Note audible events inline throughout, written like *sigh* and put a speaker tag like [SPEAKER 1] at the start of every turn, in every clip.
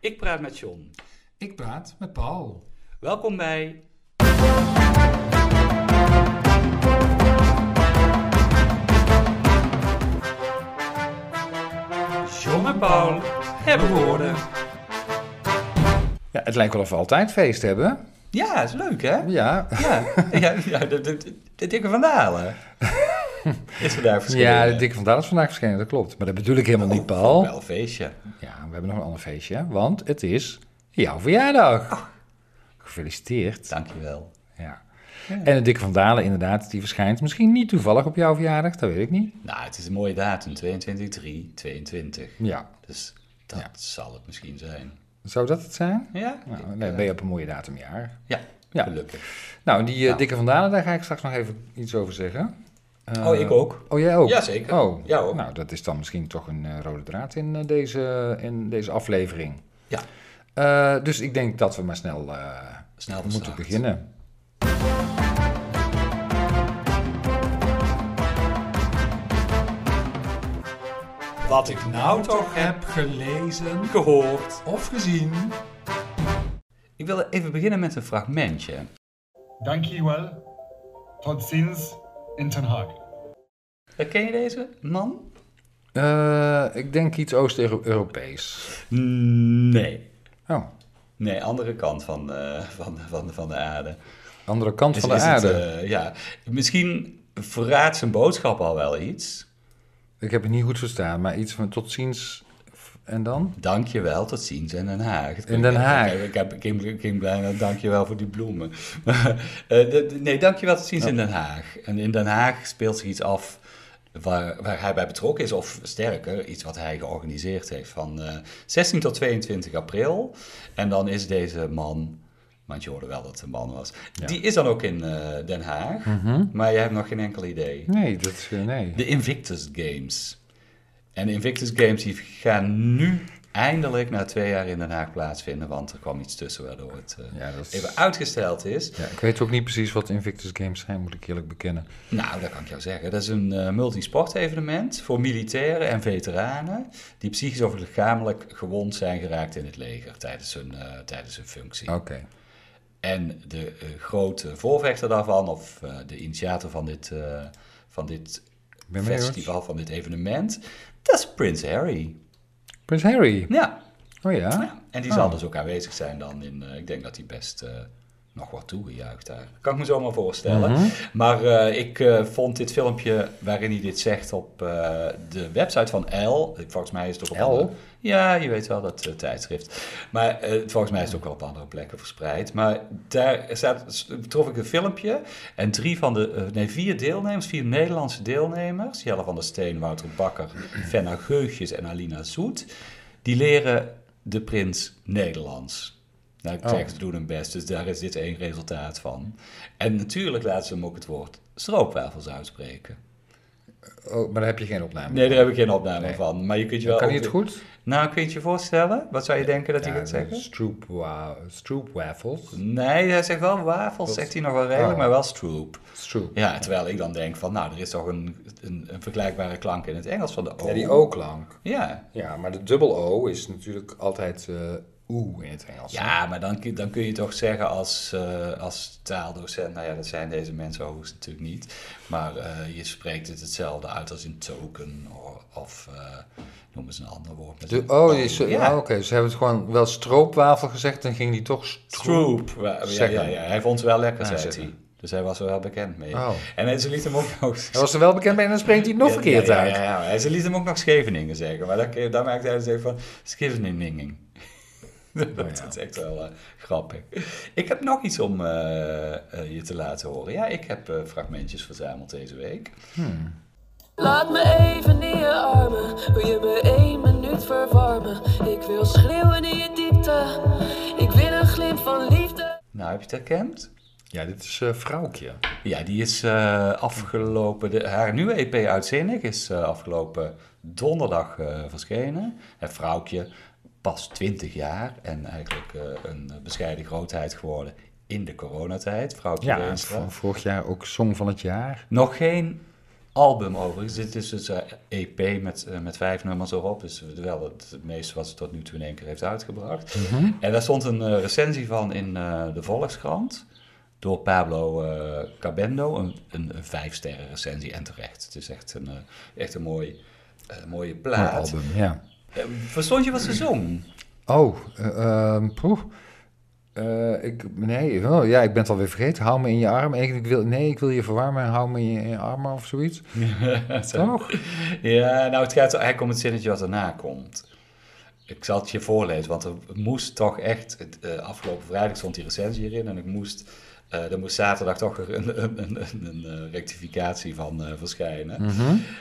[SPEAKER 1] Ik praat met John.
[SPEAKER 2] Ik praat met Paul.
[SPEAKER 1] Welkom bij. John en Paul hebben woorden.
[SPEAKER 2] Ja, het lijkt wel of we altijd feest hebben.
[SPEAKER 1] Ja, is leuk hè?
[SPEAKER 2] Ja.
[SPEAKER 1] Ja, *laughs* ja, ja de, de, de, de dikke Van *laughs* Dalen. Is vandaag verschillend.
[SPEAKER 2] Ja, de dikke van Dalen is vandaag verschenen, dat klopt. Maar dat bedoel ik helemaal niet, Paul.
[SPEAKER 1] Wel een feestje.
[SPEAKER 2] Ja, we hebben nog een ander feestje, want het is jouw verjaardag. Gefeliciteerd.
[SPEAKER 1] Dankjewel.
[SPEAKER 2] Ja. En de dikke van Dalen inderdaad, die verschijnt misschien niet toevallig op jouw verjaardag, dat weet ik niet.
[SPEAKER 1] Nou, het is een mooie datum, 22-3-22.
[SPEAKER 2] Ja.
[SPEAKER 1] Dus dat zal het misschien zijn.
[SPEAKER 2] Zou dat het zijn?
[SPEAKER 1] Ja?
[SPEAKER 2] Nou, nee, ben je op een mooie datum jaar.
[SPEAKER 1] Ja,
[SPEAKER 2] Ja.
[SPEAKER 1] gelukkig.
[SPEAKER 2] Nou, die eh, dikke van Dalen, daar ga ik straks nog even iets over zeggen. Eh,
[SPEAKER 1] oh, ik ook.
[SPEAKER 2] Oh, jij ook?
[SPEAKER 1] Jazeker.
[SPEAKER 2] Oh,
[SPEAKER 1] Ja, hoor.
[SPEAKER 2] nou, dat is dan misschien toch een eh, rode draad in, eh, deze, in deze aflevering.
[SPEAKER 1] Ja.
[SPEAKER 2] Eh, dus ik denk dat we maar snel eh,
[SPEAKER 1] Snel van
[SPEAKER 2] moeten
[SPEAKER 1] start.
[SPEAKER 2] beginnen.
[SPEAKER 1] Wat ik nou toch heb
[SPEAKER 2] gelezen
[SPEAKER 1] gehoord.
[SPEAKER 2] of gezien.
[SPEAKER 1] Ik wil even beginnen met een fragmentje.
[SPEAKER 3] Dankjewel. Tot ziens in Den Haag.
[SPEAKER 1] Eh, Ken je deze man?
[SPEAKER 2] Eh, ik denk iets Oost-Europees.
[SPEAKER 1] Nee.
[SPEAKER 2] Oh,
[SPEAKER 1] Mm, Nee, andere kant van, eh, van, van, van de aarde.
[SPEAKER 2] andere kant
[SPEAKER 1] Is-
[SPEAKER 2] van de
[SPEAKER 1] is het,
[SPEAKER 2] aarde.
[SPEAKER 1] eh, ja, misschien verraadt zijn boodschap al wel iets.
[SPEAKER 2] Ik heb het niet goed verstaan, maar iets van tot ziens en dan?
[SPEAKER 1] Dankjewel, tot ziens in Den Haag. Het
[SPEAKER 2] In
[SPEAKER 1] klinkt-
[SPEAKER 2] Den Haag.
[SPEAKER 1] Ik, ik, heb- ik, ik, ik, ik blij met dankjewel voor die bloemen. *laughs* Maar, eh, de- de- nee, dankjewel, tot ziens in Den Haag. En in Den Haag speelt zich iets af waar, waar hij bij betrokken is, of sterker, iets wat hij georganiseerd heeft van eh, 16 tot 22 april. En dan is deze man, want je hoorde wel dat het een man was, die is dan ook in eh, Den Haag,
[SPEAKER 2] Mhm.
[SPEAKER 1] maar je hebt nog geen enkel idee.
[SPEAKER 2] Nee, dat is... eh, nee.
[SPEAKER 1] De Invictus Games. En de Invictus Games die gaan nu eindelijk na twee jaar in Den Haag plaatsvinden, want er kwam iets tussen waardoor het eh,
[SPEAKER 2] Ja, dat is-
[SPEAKER 1] even uitgesteld is.
[SPEAKER 2] Ja, ik weet ook niet precies wat Invictus Games zijn, moet ik eerlijk bekennen.
[SPEAKER 1] Nou, dat kan ik jou zeggen. Dat is een eh multisportevenement voor militairen en veteranen die psychisch of lichamelijk gewond zijn geraakt in het leger tijdens hun, eh, tijdens hun functie.
[SPEAKER 2] Oké.
[SPEAKER 1] En de eh, grote voorvechter daarvan, of eh, de initiator van dit, eh, van dit
[SPEAKER 2] Ben benieuwd.
[SPEAKER 1] festival, van dit evenement, dat is Prins Harry.
[SPEAKER 2] Prins Harry.
[SPEAKER 1] Ja,
[SPEAKER 2] Oh ja?
[SPEAKER 1] ja. en die
[SPEAKER 2] Oh.
[SPEAKER 1] zal dus ook aanwezig zijn dan in... eh, ik denk dat hij best eh, nog wat toegejuicht daar. Kan ik me zomaar voorstellen. Maar eh, ik eh, vond dit filmpje waarin hij dit zegt op eh, de website van L. Volgens mij is het ook op
[SPEAKER 2] Elle?
[SPEAKER 1] andere- Ja, je weet wel, dat eh, tijdschrift. Maar eh, volgens mij is het ook wel op andere plekken verspreid. Maar daar staat, trof ik een filmpje. En drie van de, eh, nee, vier deelnemers, vier Nederlandse deelnemers... Jelle van der Steen, Wouter Bakker, Fenna Geugjes en Alina Zoet... die leren de prins Nederlands. Nou, ik
[SPEAKER 2] Oh.
[SPEAKER 1] zeg, ze doen hun best, dus daar is dit één resultaat van. En natuurlijk laten ze hem ook het woord stroopwafels uitspreken.
[SPEAKER 2] Oh, maar daar heb je geen opname
[SPEAKER 1] Nee, daar heb ik geen opname
[SPEAKER 2] Nee.
[SPEAKER 1] van. Maar je kunt je wel.
[SPEAKER 2] Kan
[SPEAKER 1] ook-
[SPEAKER 2] hij het goed?
[SPEAKER 1] Nou, kun je het je voorstellen? Wat zou je denken dat hij gaat
[SPEAKER 2] dus-
[SPEAKER 1] zeggen?
[SPEAKER 2] Stroop, wa- stroop waffles.
[SPEAKER 1] Nee, hij zegt wel wafels, zegt hij nog wel redelijk,
[SPEAKER 2] Oh.
[SPEAKER 1] maar wel stroop.
[SPEAKER 2] Stroop.
[SPEAKER 1] Ja, terwijl ik dan denk van, nou, er is toch een, een, een vergelijkbare klank in het Engels van de O.
[SPEAKER 2] Ja, die O-klank.
[SPEAKER 1] Ja.
[SPEAKER 2] Ja, maar de dubbel O is natuurlijk altijd eh oe in het Engels. hè?
[SPEAKER 1] Ja, maar dan, kun- dan kun je toch zeggen als, eh, als taaldocent, nou ja, dat zijn deze mensen overigens natuurlijk niet, maar eh, je spreekt het hetzelfde uit als in token or- of eh noem eens een ander woord. met
[SPEAKER 2] De,
[SPEAKER 1] een
[SPEAKER 2] oh, die is-
[SPEAKER 1] Ja.
[SPEAKER 2] ah, oké. Ze hebben het gewoon wel stroopwafel gezegd en ging die toch stroop.
[SPEAKER 1] Troop. Ja, ja,
[SPEAKER 2] Zeg
[SPEAKER 1] ja,
[SPEAKER 2] maar.
[SPEAKER 1] ja. Hij vond ze wel lekker,
[SPEAKER 2] Ja,
[SPEAKER 1] zei
[SPEAKER 2] zeg
[SPEAKER 1] hij.
[SPEAKER 2] maar.
[SPEAKER 1] Dus hij was er wel bekend mee.
[SPEAKER 2] Oh.
[SPEAKER 1] En ze liet hem ook nog...
[SPEAKER 2] Hij was er wel bekend bij en dan spreekt hij het nog verkeerd
[SPEAKER 1] ja, ja,
[SPEAKER 2] uit.
[SPEAKER 1] Ja, ja, ja. En ze liet hem ook nog Scheveningen zeggen. Maar daar, daar maakte hij dus even van... Scheveningen. *laughs* dat
[SPEAKER 2] Oh,
[SPEAKER 1] is echt wel eh, grappig. Ik heb nog iets om eh, eh, je te laten horen. Ja, ik heb eh, fragmentjes verzameld deze week.
[SPEAKER 4] Laat me even in je armen, wil je me één minuut verwarmen? Ik wil schreeuwen in je diepte, ik wil een glimp van liefde.
[SPEAKER 1] Nou, heb je het herkend?
[SPEAKER 2] Ja, dit is eh Vrouwkje.
[SPEAKER 1] Ja, die is eh, afgelopen. De, haar nieuwe EP Uitzinnig is eh, afgelopen donderdag eh, verschenen. Het vrouwtje, pas 20 jaar en eigenlijk eh, een bescheiden grootheid geworden in de coronatijd. Vrouwtje
[SPEAKER 2] Ja,
[SPEAKER 1] Weenstra.
[SPEAKER 2] van vorig jaar ook Song van het Jaar.
[SPEAKER 1] Nog geen album overigens. Dit is dus een EP met, eh, met vijf nummers erop. Dus wel het, het meeste wat ze tot nu toe in één keer heeft uitgebracht.
[SPEAKER 2] Mhm.
[SPEAKER 1] En daar stond een eh, recensie van in eh, de Volkskrant. Door Pablo eh, Cabendo. Een, een, een vijfsterren recensie en terecht. Het is echt een, eh, echt een mooi, eh, mooie
[SPEAKER 2] Mooi
[SPEAKER 1] plaat.
[SPEAKER 2] album, ja.
[SPEAKER 1] Eh, Verstond je wat ze zong?
[SPEAKER 2] Oh, eh, ehm, poeh. Eh, ik, nee, oh, ja, ik ben het alweer vergeten. Hou me in je arm. Ik, ik wil, nee, ik wil je verwarmen en hou me in je, in je armen of zoiets.
[SPEAKER 1] Oh,
[SPEAKER 2] Toch?
[SPEAKER 1] Ja, nou, het gaat eigenlijk om het zinnetje wat daarna komt. Ik zal het je voorlezen, want er moest toch echt... het, eh, afgelopen vrijdag stond die recensie hierin en ik moest... eh er moest zaterdag toch weer een, een, een, een, eh, rectificatie van eh, verschijnen.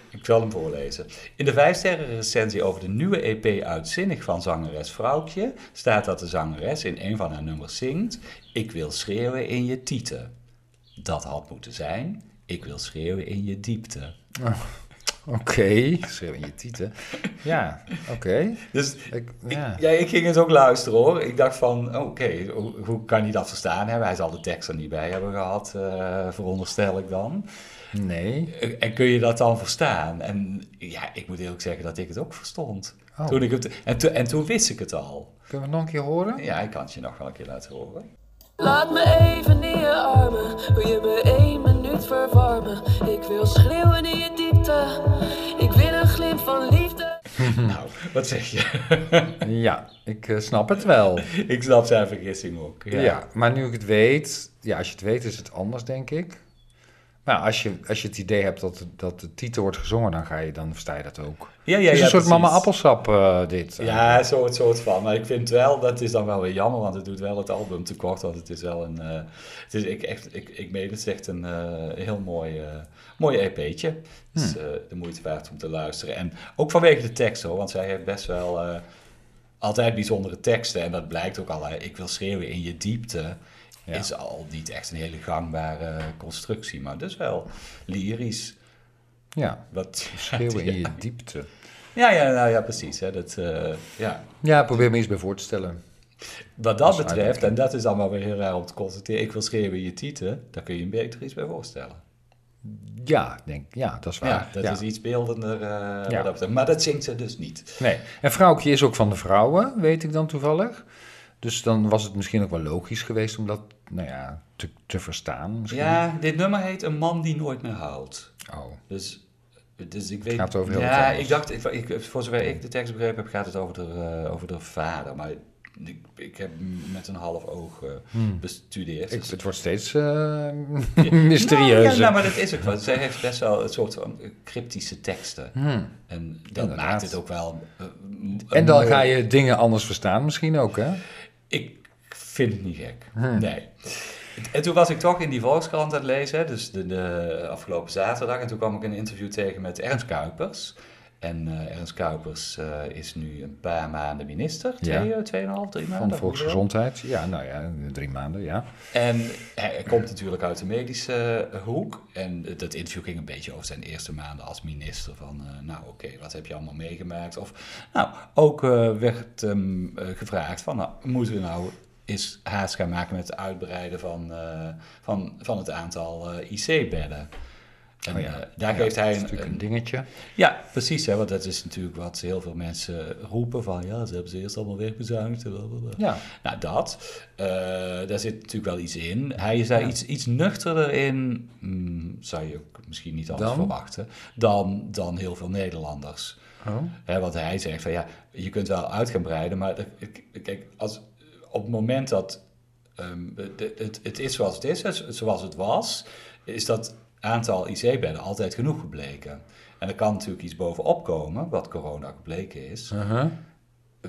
[SPEAKER 1] Ik zal hem voorlezen. In de vijfsterren recensie over de nieuwe EP Uitzinnig van zangeres Vrouwtje... staat dat de zangeres in een van haar nummers zingt... Ik wil schreeuwen in je tieten. Dat had moeten zijn... Ik wil schreeuwen in je diepte.
[SPEAKER 2] Oké. Schreeuw in je tieten. Ja, oké.
[SPEAKER 1] Dus
[SPEAKER 2] Ik-
[SPEAKER 1] Ik, ja.
[SPEAKER 2] ja.
[SPEAKER 1] ik ging het ook luisteren hoor. Ik dacht van, oh, oké, hoe, hoe kan hij dat verstaan hebben? Hij zal de tekst er niet bij hebben gehad, eh, veronderstel ik dan.
[SPEAKER 2] Nee.
[SPEAKER 1] Eh, En kun je dat dan verstaan? En ja, ik moet eerlijk zeggen dat ik het ook verstond.
[SPEAKER 2] Oh.
[SPEAKER 1] Toen ik het, en, to- en toen wist ik het al.
[SPEAKER 2] Kunnen we het nog een keer horen?
[SPEAKER 1] Ja, ik kan het je nog wel een keer laten horen.
[SPEAKER 4] Laat me even in je armen, wil je me één minuut verwarmen? Ik wil schreeuwen in je diepte, ik wil een glimp van liefde.
[SPEAKER 2] Hm.
[SPEAKER 1] Nou, wat zeg je? *laughs*
[SPEAKER 2] Ja, ik eh, snap het wel.
[SPEAKER 1] ik snap zijn vergissing ook.
[SPEAKER 2] Ja. maar nu ik het weet, ja, als je het weet is het anders, denk ik. Maar als je, als je het idee hebt dat, dat de titel wordt gezongen, dan, ga je, dan versta je dat ook.
[SPEAKER 1] Ja, ja,
[SPEAKER 2] het is
[SPEAKER 1] ja,
[SPEAKER 2] een soort
[SPEAKER 1] precies.
[SPEAKER 2] mama appelsap eh, dit.
[SPEAKER 1] Ja, zo het soort van. Maar ik vind wel, dat is dan wel weer jammer, want het doet wel het album tekort. Want het is wel een, eh, het is, ik, echt, ik, ik meen het is echt een eh, heel mooi, eh mooi EP'tje. Dus
[SPEAKER 2] Hmm.
[SPEAKER 1] eh, de moeite waard om te luisteren. En ook vanwege de tekst hoor, want zij heeft best wel eh, altijd bijzondere teksten. En dat blijkt ook al, hè. ik wil schreeuwen in je diepte.
[SPEAKER 2] Ja.
[SPEAKER 1] Is al niet echt een hele gangbare eh, constructie, maar dus wel lyrisch.
[SPEAKER 2] Ja,
[SPEAKER 1] Wat,
[SPEAKER 2] schreeuwen in je diepte.
[SPEAKER 1] ja, ja, nou ja, precies. Hè. Dat, eh, ja.
[SPEAKER 2] Ja, probeer me iets bij voor te stellen.
[SPEAKER 1] Wat dat
[SPEAKER 2] Dat is
[SPEAKER 1] betreft, en dat is dan wel weer heel raar om te constateren, ik wil schreeuwen in je tieten, daar kun je je beter iets bij voorstellen.
[SPEAKER 2] Ja, denk, ja dat is waar.
[SPEAKER 1] ja, dat
[SPEAKER 2] Ja.
[SPEAKER 1] is iets beeldender. eh, wat dat
[SPEAKER 2] Ja.
[SPEAKER 1] betreft. maar dat zingt ze dus niet.
[SPEAKER 2] Nee, en vrouwtje is ook van de vrouwen, weet ik dan toevallig. Dus dan was het misschien ook wel logisch geweest om dat nou ja, te, te verstaan. Misschien.
[SPEAKER 1] Ja, dit nummer heet Een man die nooit meer houdt.
[SPEAKER 2] Oh,
[SPEAKER 1] Dus, dus ik weet...
[SPEAKER 2] gaat over heel wat
[SPEAKER 1] Ja,
[SPEAKER 2] anders.
[SPEAKER 1] ik dacht, ik, ik- voor zover ik de tekst begrepen heb, gaat het over de, eh, over de vader. Maar ik, ik heb hem met een half oog eh, bestudeerd.
[SPEAKER 2] Hmm. ik,
[SPEAKER 1] Dus-
[SPEAKER 2] het wordt steeds eh
[SPEAKER 1] Nou, *laughs* ja,
[SPEAKER 2] mysterieuzer.
[SPEAKER 1] nou, maar dat is ook wel. Zij heeft best wel een soort van eh, cryptische teksten. En dat
[SPEAKER 2] Hmm. Inderdaad.
[SPEAKER 1] maakt het ook wel. eh,
[SPEAKER 2] En dan
[SPEAKER 1] mooi.
[SPEAKER 2] ga je dingen anders verstaan misschien ook, hè?
[SPEAKER 1] Ik vind het niet gek.
[SPEAKER 2] Hmm.
[SPEAKER 1] Nee. En toen was ik toch in die Volkskrant aan het lezen, dus de, de afgelopen zaterdag. En toen kwam ik een interview tegen met Ernst Kuipers. En eh, Ernst Kuipers eh, is nu een paar maanden minister.
[SPEAKER 2] Ja.
[SPEAKER 1] Twee, eh, tweeënhalf, drie maanden.
[SPEAKER 2] Van
[SPEAKER 1] hoeveel?
[SPEAKER 2] volksgezondheid. Ja, nou ja, drie maanden, ja.
[SPEAKER 1] En hij komt natuurlijk uit de medische eh, hoek. En dat interview ging een beetje over zijn eerste maanden als minister. Van, eh, nou oké, wat heb je allemaal meegemaakt? Of, nou, ook eh, werd hem eh, gevraagd van, nou, moeten we nou eens haast gaan maken met het uitbreiden van, eh, van, van het aantal eh, IC-bedden? En
[SPEAKER 2] Oh ja.
[SPEAKER 1] eh, daar
[SPEAKER 2] Ja,
[SPEAKER 1] geeft hij
[SPEAKER 2] dat is
[SPEAKER 1] een,
[SPEAKER 2] natuurlijk
[SPEAKER 1] een-
[SPEAKER 2] een dingetje.
[SPEAKER 1] ja, precies. Hè, want dat is natuurlijk wat heel veel mensen roepen van... ja, ze hebben ze eerst allemaal wegbezuinigd. blablabla.
[SPEAKER 2] Ja.
[SPEAKER 1] Nou, dat. eh, daar zit natuurlijk wel iets in. Hij is daar iets, iets nuchterder in... mm, zou je ook misschien niet anders
[SPEAKER 2] Dan?
[SPEAKER 1] verwachten... Dan, dan heel veel Nederlanders.
[SPEAKER 2] Oh.
[SPEAKER 1] Hè, want hij zegt van ja, je kunt wel uit gaan breiden, maar de- k- kijk, als, op het moment dat ehm, de- het, het is zoals het is, hè, zo- zoals het was, is dat aantal IC-bedden altijd genoeg gebleken. En er kan natuurlijk iets bovenop komen, wat corona gebleken is,
[SPEAKER 2] Uh-huh.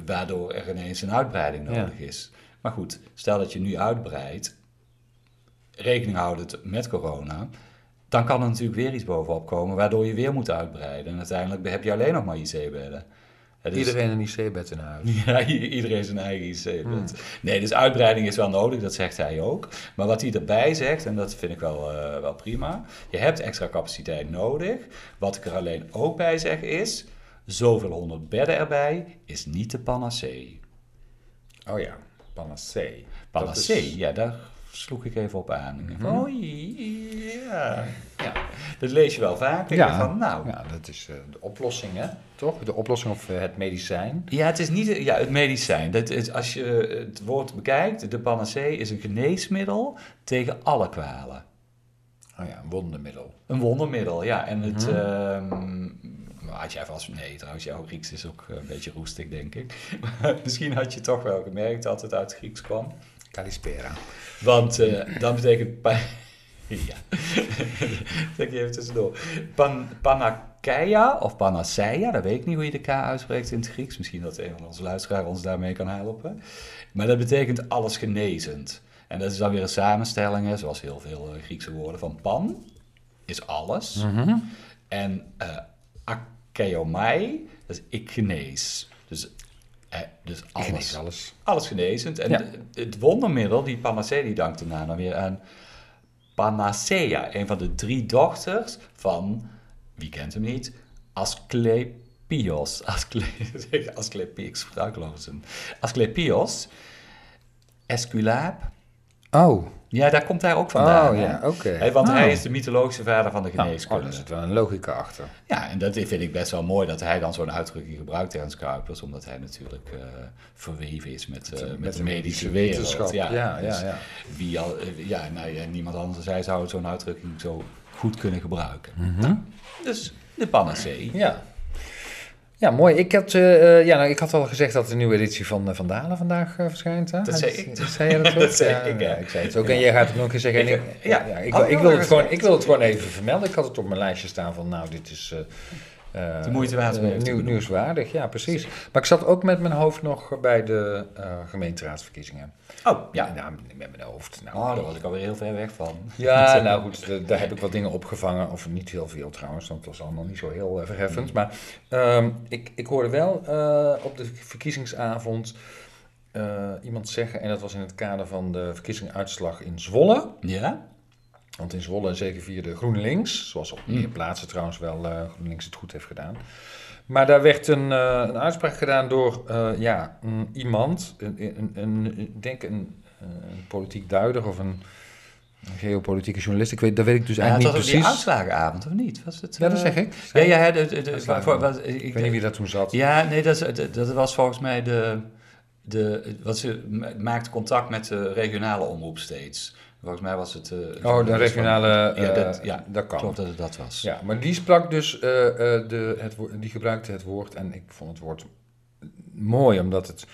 [SPEAKER 1] waardoor er ineens een uitbreiding
[SPEAKER 2] Ja.
[SPEAKER 1] nodig is. Maar goed, stel dat je nu uitbreidt, rekening houdend met corona, dan kan er natuurlijk weer iets bovenop komen, waardoor je weer moet uitbreiden. En uiteindelijk heb je alleen nog maar IC-bedden. Het is-
[SPEAKER 2] Iedereen een IC-bed in
[SPEAKER 1] *laughs*
[SPEAKER 2] huis.
[SPEAKER 1] ja, i- iedereen zijn eigen IC. Dat- Nee, dus uitbreiding is wel nodig, dat zegt hij ook. Maar wat hij erbij zegt, en dat vind ik wel, eh, wel prima, je hebt extra capaciteit nodig. Wat ik er alleen ook bij zeg is, zoveel honderd bedden erbij is niet de panacee.
[SPEAKER 2] Oh ja, panacee. Mhm.
[SPEAKER 1] Panacee, ja, daar sloeg ik even op aan. Ik denk, Oh ja. Ja, dat lees je wel vaak. Denk
[SPEAKER 2] Ja.
[SPEAKER 1] je van, nou,
[SPEAKER 2] Ja, dat is eh, de oplossing, hè? Toch? De oplossing of eh, het medicijn.
[SPEAKER 1] Ja, het is niet ja, het medicijn. Dat is, als je eh, het woord bekijkt, de panacee is een geneesmiddel tegen alle kwalen.
[SPEAKER 2] Oh ja, een wondermiddel.
[SPEAKER 1] Een wondermiddel, ja. En het.
[SPEAKER 2] Mhm.
[SPEAKER 1] ehm, had jij vast. Nee, trouwens, jouw Grieks is ook eh, een beetje roestig, denk ik. *laughs* Maar misschien had je toch wel gemerkt dat het uit Grieks kwam.
[SPEAKER 2] Calispera.
[SPEAKER 1] Want eh, dan betekent. Pa- *laughs* ja. Zeg je even tussendoor. Pan, panakeia of panaceia, dat weet ik niet hoe je de K uitspreekt in het Grieks. Misschien dat een van onze luisteraars ons daarmee kan helpen. Maar dat betekent alles genezend. En dat is dan weer een samenstelling, hè, zoals heel veel eh, Griekse woorden, van pan is alles. En eh akeomai, dat is ik genees. Dus, eh, dus alles.
[SPEAKER 2] Genees alles.
[SPEAKER 1] Alles genezend. En
[SPEAKER 2] Ja.
[SPEAKER 1] de- het wondermiddel, die panacea, die dankt de naam dan weer aan Panacea. Een van de drie dochters van, wie kent hem niet, Asclepios. Ascle- *laughs* Asclepios, ik sprak geloof ik zijn. Asclepios, Esculaap.
[SPEAKER 2] Oh,
[SPEAKER 1] Ja, daar komt hij ook vandaan.
[SPEAKER 2] Oh,
[SPEAKER 1] hè?
[SPEAKER 2] ja, oké.
[SPEAKER 1] Hè, Want
[SPEAKER 2] Oh.
[SPEAKER 1] hij is de mythologische vader van de
[SPEAKER 2] nou, oh,
[SPEAKER 1] geneeskunde.
[SPEAKER 2] daar zit wel een logica achter.
[SPEAKER 1] Ja, en dat vind ik best wel mooi dat hij dan zo'n uitdrukking gebruikt, Ernst Kuipers, omdat hij natuurlijk eh, verweven is met, eh, met, de medische wereld.
[SPEAKER 2] wetenschap, ja, ja,
[SPEAKER 1] dus
[SPEAKER 2] ja.
[SPEAKER 1] Wie al, eh, ja, nou, ja, niemand anders dan zij zou zo'n uitdrukking zo goed kunnen gebruiken.
[SPEAKER 2] Mhm.
[SPEAKER 1] Dus de panacee.
[SPEAKER 2] Ja. Ja, mooi. Ik had, eh, eh, ja, nou, ik had al gezegd dat de nieuwe editie van eh, Van Dalen vandaag eh, verschijnt. Hè?
[SPEAKER 1] Dat zei ik.
[SPEAKER 2] *laughs* zei jij dat
[SPEAKER 1] *laughs*
[SPEAKER 2] ook?
[SPEAKER 1] Dat zei
[SPEAKER 2] Ja,
[SPEAKER 1] ik, hè.
[SPEAKER 2] ja, ik zei het ook. En jij gaat het nog een keer zeggen. En
[SPEAKER 1] Ik,
[SPEAKER 2] Ik,
[SPEAKER 1] eh, ja.
[SPEAKER 2] ja, ik,
[SPEAKER 1] Had
[SPEAKER 2] wil-
[SPEAKER 1] ik
[SPEAKER 2] ik,
[SPEAKER 1] al
[SPEAKER 2] wil het
[SPEAKER 1] gezegd.
[SPEAKER 2] gewoon, ik wil het gewoon even vermelden. Ik had het op mijn lijstje staan van, nou, dit is... eh, eh,
[SPEAKER 1] De moeite waard om
[SPEAKER 2] eh,
[SPEAKER 1] even te
[SPEAKER 2] nieuw-
[SPEAKER 1] benoemen.
[SPEAKER 2] nieuwswaardig, ja, precies. Maar ik zat ook met mijn hoofd nog bij de eh, gemeenteraadsverkiezingen.
[SPEAKER 1] Oh,
[SPEAKER 2] Ja,
[SPEAKER 1] ja.
[SPEAKER 2] nou, met mijn hoofd. Nou,
[SPEAKER 1] Oh, daar was ik alweer heel ver weg *laughs* van.
[SPEAKER 2] ja, nou goed, de- daar heb ik wat dingen opgevangen. Of niet heel veel trouwens, want het was allemaal niet zo heel eh, verheffend. Maar ehm, ik, ik hoorde wel eh, op de verkiezingsavond eh, iemand zeggen, en dat was in het kader van de verkiezingsuitslag in Zwolle.
[SPEAKER 1] Ja?
[SPEAKER 2] Want in Zwolle, en zeker via de GroenLinks, zoals
[SPEAKER 1] Hmm.
[SPEAKER 2] op meer plaatsen trouwens wel eh, GroenLinks het goed heeft gedaan. Maar daar werd een, eh, een uitspraak gedaan door eh, ja, een iemand, een, een, een, ik denk een, eh, een politiek duider of een geopolitieke journalist. Ik weet, dat weet ik dus
[SPEAKER 1] Ja, het
[SPEAKER 2] eigenlijk
[SPEAKER 1] was
[SPEAKER 2] niet
[SPEAKER 1] ook die
[SPEAKER 2] precies.
[SPEAKER 1] uitslagenavond, of niet? Was het,
[SPEAKER 2] Ja, dat
[SPEAKER 1] eh,
[SPEAKER 2] zeg ik.
[SPEAKER 1] Ja, ja, hè, de, de, de-
[SPEAKER 2] Uitslagen.
[SPEAKER 1] voor- was- ik,
[SPEAKER 2] Ik weet niet wie dat toen zat.
[SPEAKER 1] Ja, nee, dat, is- eh, dat- dat was volgens mij de, de... Wat ze ma- maakt contact met de regionale omroep steeds. Volgens mij was het... eh,
[SPEAKER 2] Oh, de regionale.
[SPEAKER 1] Ja,
[SPEAKER 2] eh,
[SPEAKER 1] dat, ja,
[SPEAKER 2] dat kan.
[SPEAKER 1] klopt dat het dat was.
[SPEAKER 2] Ja, maar die sprak dus, eh, eh, de, het, wo- die gebruikte het woord, en ik vond het woord mooi, omdat het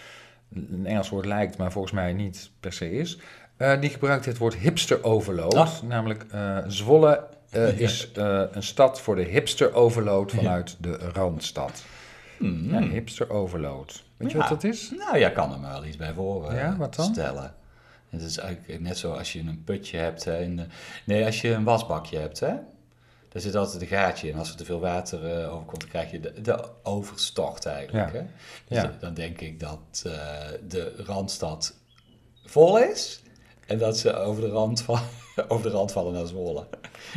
[SPEAKER 2] een Engels woord lijkt, maar volgens mij niet per se is. Eh, die gebruikte het woord hipster overload,
[SPEAKER 1] Ah.
[SPEAKER 2] namelijk eh, Zwolle eh, is eh, een stad voor de hipster overload vanuit de Randstad.
[SPEAKER 1] Hmm.
[SPEAKER 2] Ja, hipster overload. Weet je
[SPEAKER 1] Ja.
[SPEAKER 2] wat dat is?
[SPEAKER 1] Nou, ja, kan er maar wel iets bij voor eh,
[SPEAKER 2] Ja, wat dan?
[SPEAKER 1] stellen. Het is eigenlijk net zo als je een putje hebt. Hè, in de- nee, als je een wasbakje hebt, hè. Daar zit altijd een gaatje in. Als er te veel water eh, overkomt, dan krijg je de, de overstort eigenlijk.
[SPEAKER 2] Ja.
[SPEAKER 1] Hè? Dus
[SPEAKER 2] Ja.
[SPEAKER 1] dan denk ik dat eh, de Randstad vol is. En dat ze over de rand, van, *laughs* over de rand vallen naar
[SPEAKER 2] *laughs*
[SPEAKER 1] Zwolle.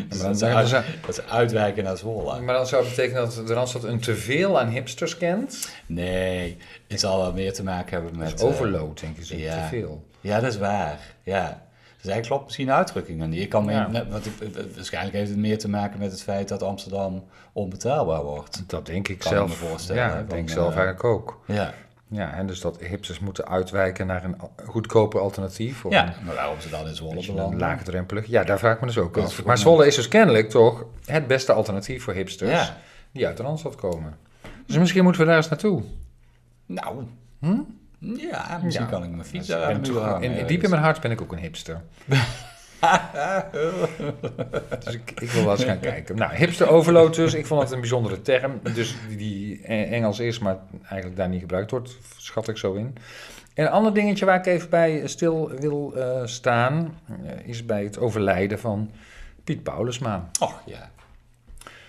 [SPEAKER 1] Dus
[SPEAKER 2] dan-
[SPEAKER 1] dat, ze
[SPEAKER 2] dan-
[SPEAKER 1] uit-
[SPEAKER 2] dan-
[SPEAKER 1] dat ze uitwijken naar Zwolle.
[SPEAKER 2] Maar dat zou betekenen dat de Randstad een teveel aan hipsters kent.
[SPEAKER 1] Nee, het zal wel meer te maken hebben met...
[SPEAKER 2] Dus
[SPEAKER 1] eh,
[SPEAKER 2] overload, denk ik, is
[SPEAKER 1] ja.
[SPEAKER 2] te veel.
[SPEAKER 1] Ja, dat is waar. Ja. Dus eigenlijk klopt misschien de uitdrukking dan niet. Ik kan me-
[SPEAKER 2] Ja.
[SPEAKER 1] net- want ik- waarschijnlijk heeft het meer te maken met het feit dat Amsterdam onbetaalbaar wordt.
[SPEAKER 2] Dat denk ik
[SPEAKER 1] Kan ik
[SPEAKER 2] zelf.
[SPEAKER 1] me voorstellen,
[SPEAKER 2] Ja,
[SPEAKER 1] hè,
[SPEAKER 2] ik
[SPEAKER 1] van,
[SPEAKER 2] denk
[SPEAKER 1] eh,
[SPEAKER 2] zelf eigenlijk ook.
[SPEAKER 1] Ja.
[SPEAKER 2] Ja, en dus dat hipsters moeten uitwijken naar een a- goedkoper alternatief. Of
[SPEAKER 1] ja. Maar waarom ze dan in Zwolle
[SPEAKER 2] een, een
[SPEAKER 1] belanden?
[SPEAKER 2] laagdrempelig. Ja, daar vraag ik me dus ook
[SPEAKER 1] Dat is
[SPEAKER 2] af. Maar Zwolle is dus kennelijk toch het beste alternatief voor hipsters
[SPEAKER 1] Ja.
[SPEAKER 2] die uit de Randstad komen. Dus misschien moeten we daar eens naartoe.
[SPEAKER 1] Nou. Ja, misschien
[SPEAKER 2] Hm? Ja.
[SPEAKER 1] kan ik mijn fiets
[SPEAKER 2] Dus
[SPEAKER 1] daar
[SPEAKER 2] ik
[SPEAKER 1] aan
[SPEAKER 2] ben
[SPEAKER 1] de muur
[SPEAKER 2] toch-
[SPEAKER 1] hangen.
[SPEAKER 2] in- in- diep in mijn hart ben ik ook een hipster. dus ik, ik wil wel eens gaan kijken. Nou, hipster overload dus. Ik vond het een bijzondere term. Dus die, die eh, Engels is, maar eigenlijk daar niet gebruikt wordt, schat ik zo in. En een ander dingetje waar ik even bij stil wil eh, staan, eh, is bij het overlijden van Piet Paulusma.
[SPEAKER 1] *laughs* Och, ja.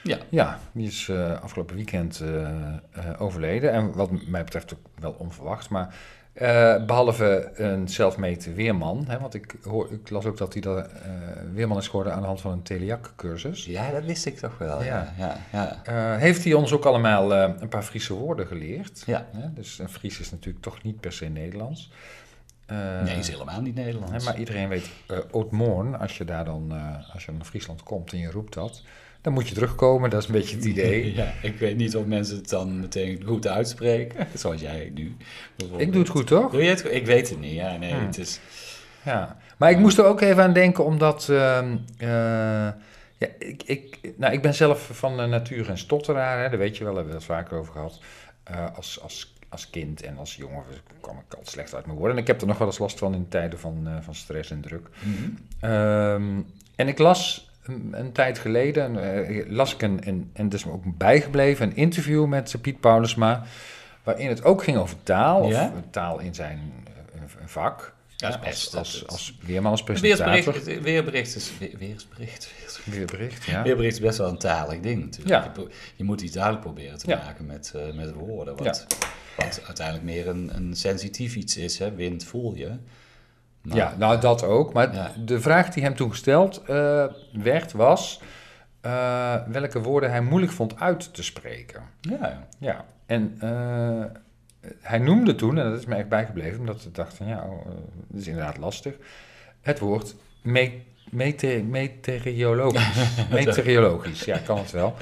[SPEAKER 1] Ja.
[SPEAKER 2] Ja, die is eh, afgelopen weekend eh, eh, overleden. En wat mij betreft ook wel onverwacht. Maar eh, behalve een zelfmeten weerman. Hè, want ik, hoor, ik las ook dat hij dat, eh, weerman is geworden aan de hand van een Teliac-cursus.
[SPEAKER 1] Ja, dat wist ik toch wel. Ja.
[SPEAKER 2] Ja.
[SPEAKER 1] Ja. Ja.
[SPEAKER 2] Eh, heeft hij ons ook allemaal eh, een paar Friese woorden geleerd?
[SPEAKER 1] Ja.
[SPEAKER 2] Hè? Dus een Fries is natuurlijk toch niet per se Nederlands. Eh,
[SPEAKER 1] Nee, is helemaal niet
[SPEAKER 2] hè,
[SPEAKER 1] Nederlands.
[SPEAKER 2] maar iedereen weet, eh Oudmoorn, als je daar dan, eh, als je naar Friesland komt en je roept dat, dan moet je terugkomen. Dat is een beetje het idee.
[SPEAKER 1] Ja, ik weet niet of mensen het dan meteen goed uitspreken, *laughs* zoals jij nu. bijvoorbeeld.
[SPEAKER 2] Ik doe het goed, Hm. toch?
[SPEAKER 1] Doe je het? goed? Ik weet het niet. Ja, nee, het is.
[SPEAKER 2] Ja, maar ik moest er ook even aan denken, omdat. ehm, eh, ja, ik, ik, nou, ik ben zelf van de natuur een stotteraar, hè, dat weet je wel, daar hebben we het vaker over gehad. Eh, als, als, als kind en als jongen kwam ik altijd slecht uit mijn woorden. En ik heb er nog wel eens last van in tijden van, eh, van stress en druk. Ehm, en ik las een, een tijd geleden, eh, las ik een, een, en dus ook bijgebleven, een interview met eh, Piet Paulusma, waarin het ook ging over taal,
[SPEAKER 1] Ja?
[SPEAKER 2] of taal in zijn eh, vak.
[SPEAKER 1] Ja,
[SPEAKER 2] Ja,
[SPEAKER 1] dat is
[SPEAKER 2] als,
[SPEAKER 1] best.
[SPEAKER 2] als, als weerman, als
[SPEAKER 1] Het
[SPEAKER 2] presentator.
[SPEAKER 1] Weersbericht, het weerbericht is. we- Weersbericht. weersbericht.
[SPEAKER 2] Weerbericht, ja.
[SPEAKER 1] Weerbericht is best wel een talig ding natuurlijk.
[SPEAKER 2] Ja.
[SPEAKER 1] Je, pro- je moet iets duidelijk proberen te
[SPEAKER 2] Ja.
[SPEAKER 1] maken met, eh, met woorden. Wat, wat uiteindelijk meer een, een sensitief iets is. Hè? Wind voel je. Maar-
[SPEAKER 2] ja, nou dat ook. Maar
[SPEAKER 1] Ja.
[SPEAKER 2] de vraag die hem toen gesteld eh, werd, was eh, welke woorden hij moeilijk vond uit te spreken.
[SPEAKER 1] Ja.
[SPEAKER 2] Ja, en eh, hij noemde toen, en dat is me echt bijgebleven, omdat ik dacht van ja, oh, eh, dat is inderdaad lastig, het woord me- mete-
[SPEAKER 1] *laughs*
[SPEAKER 2] meteorologisch. meteorologisch, ja, kan het wel.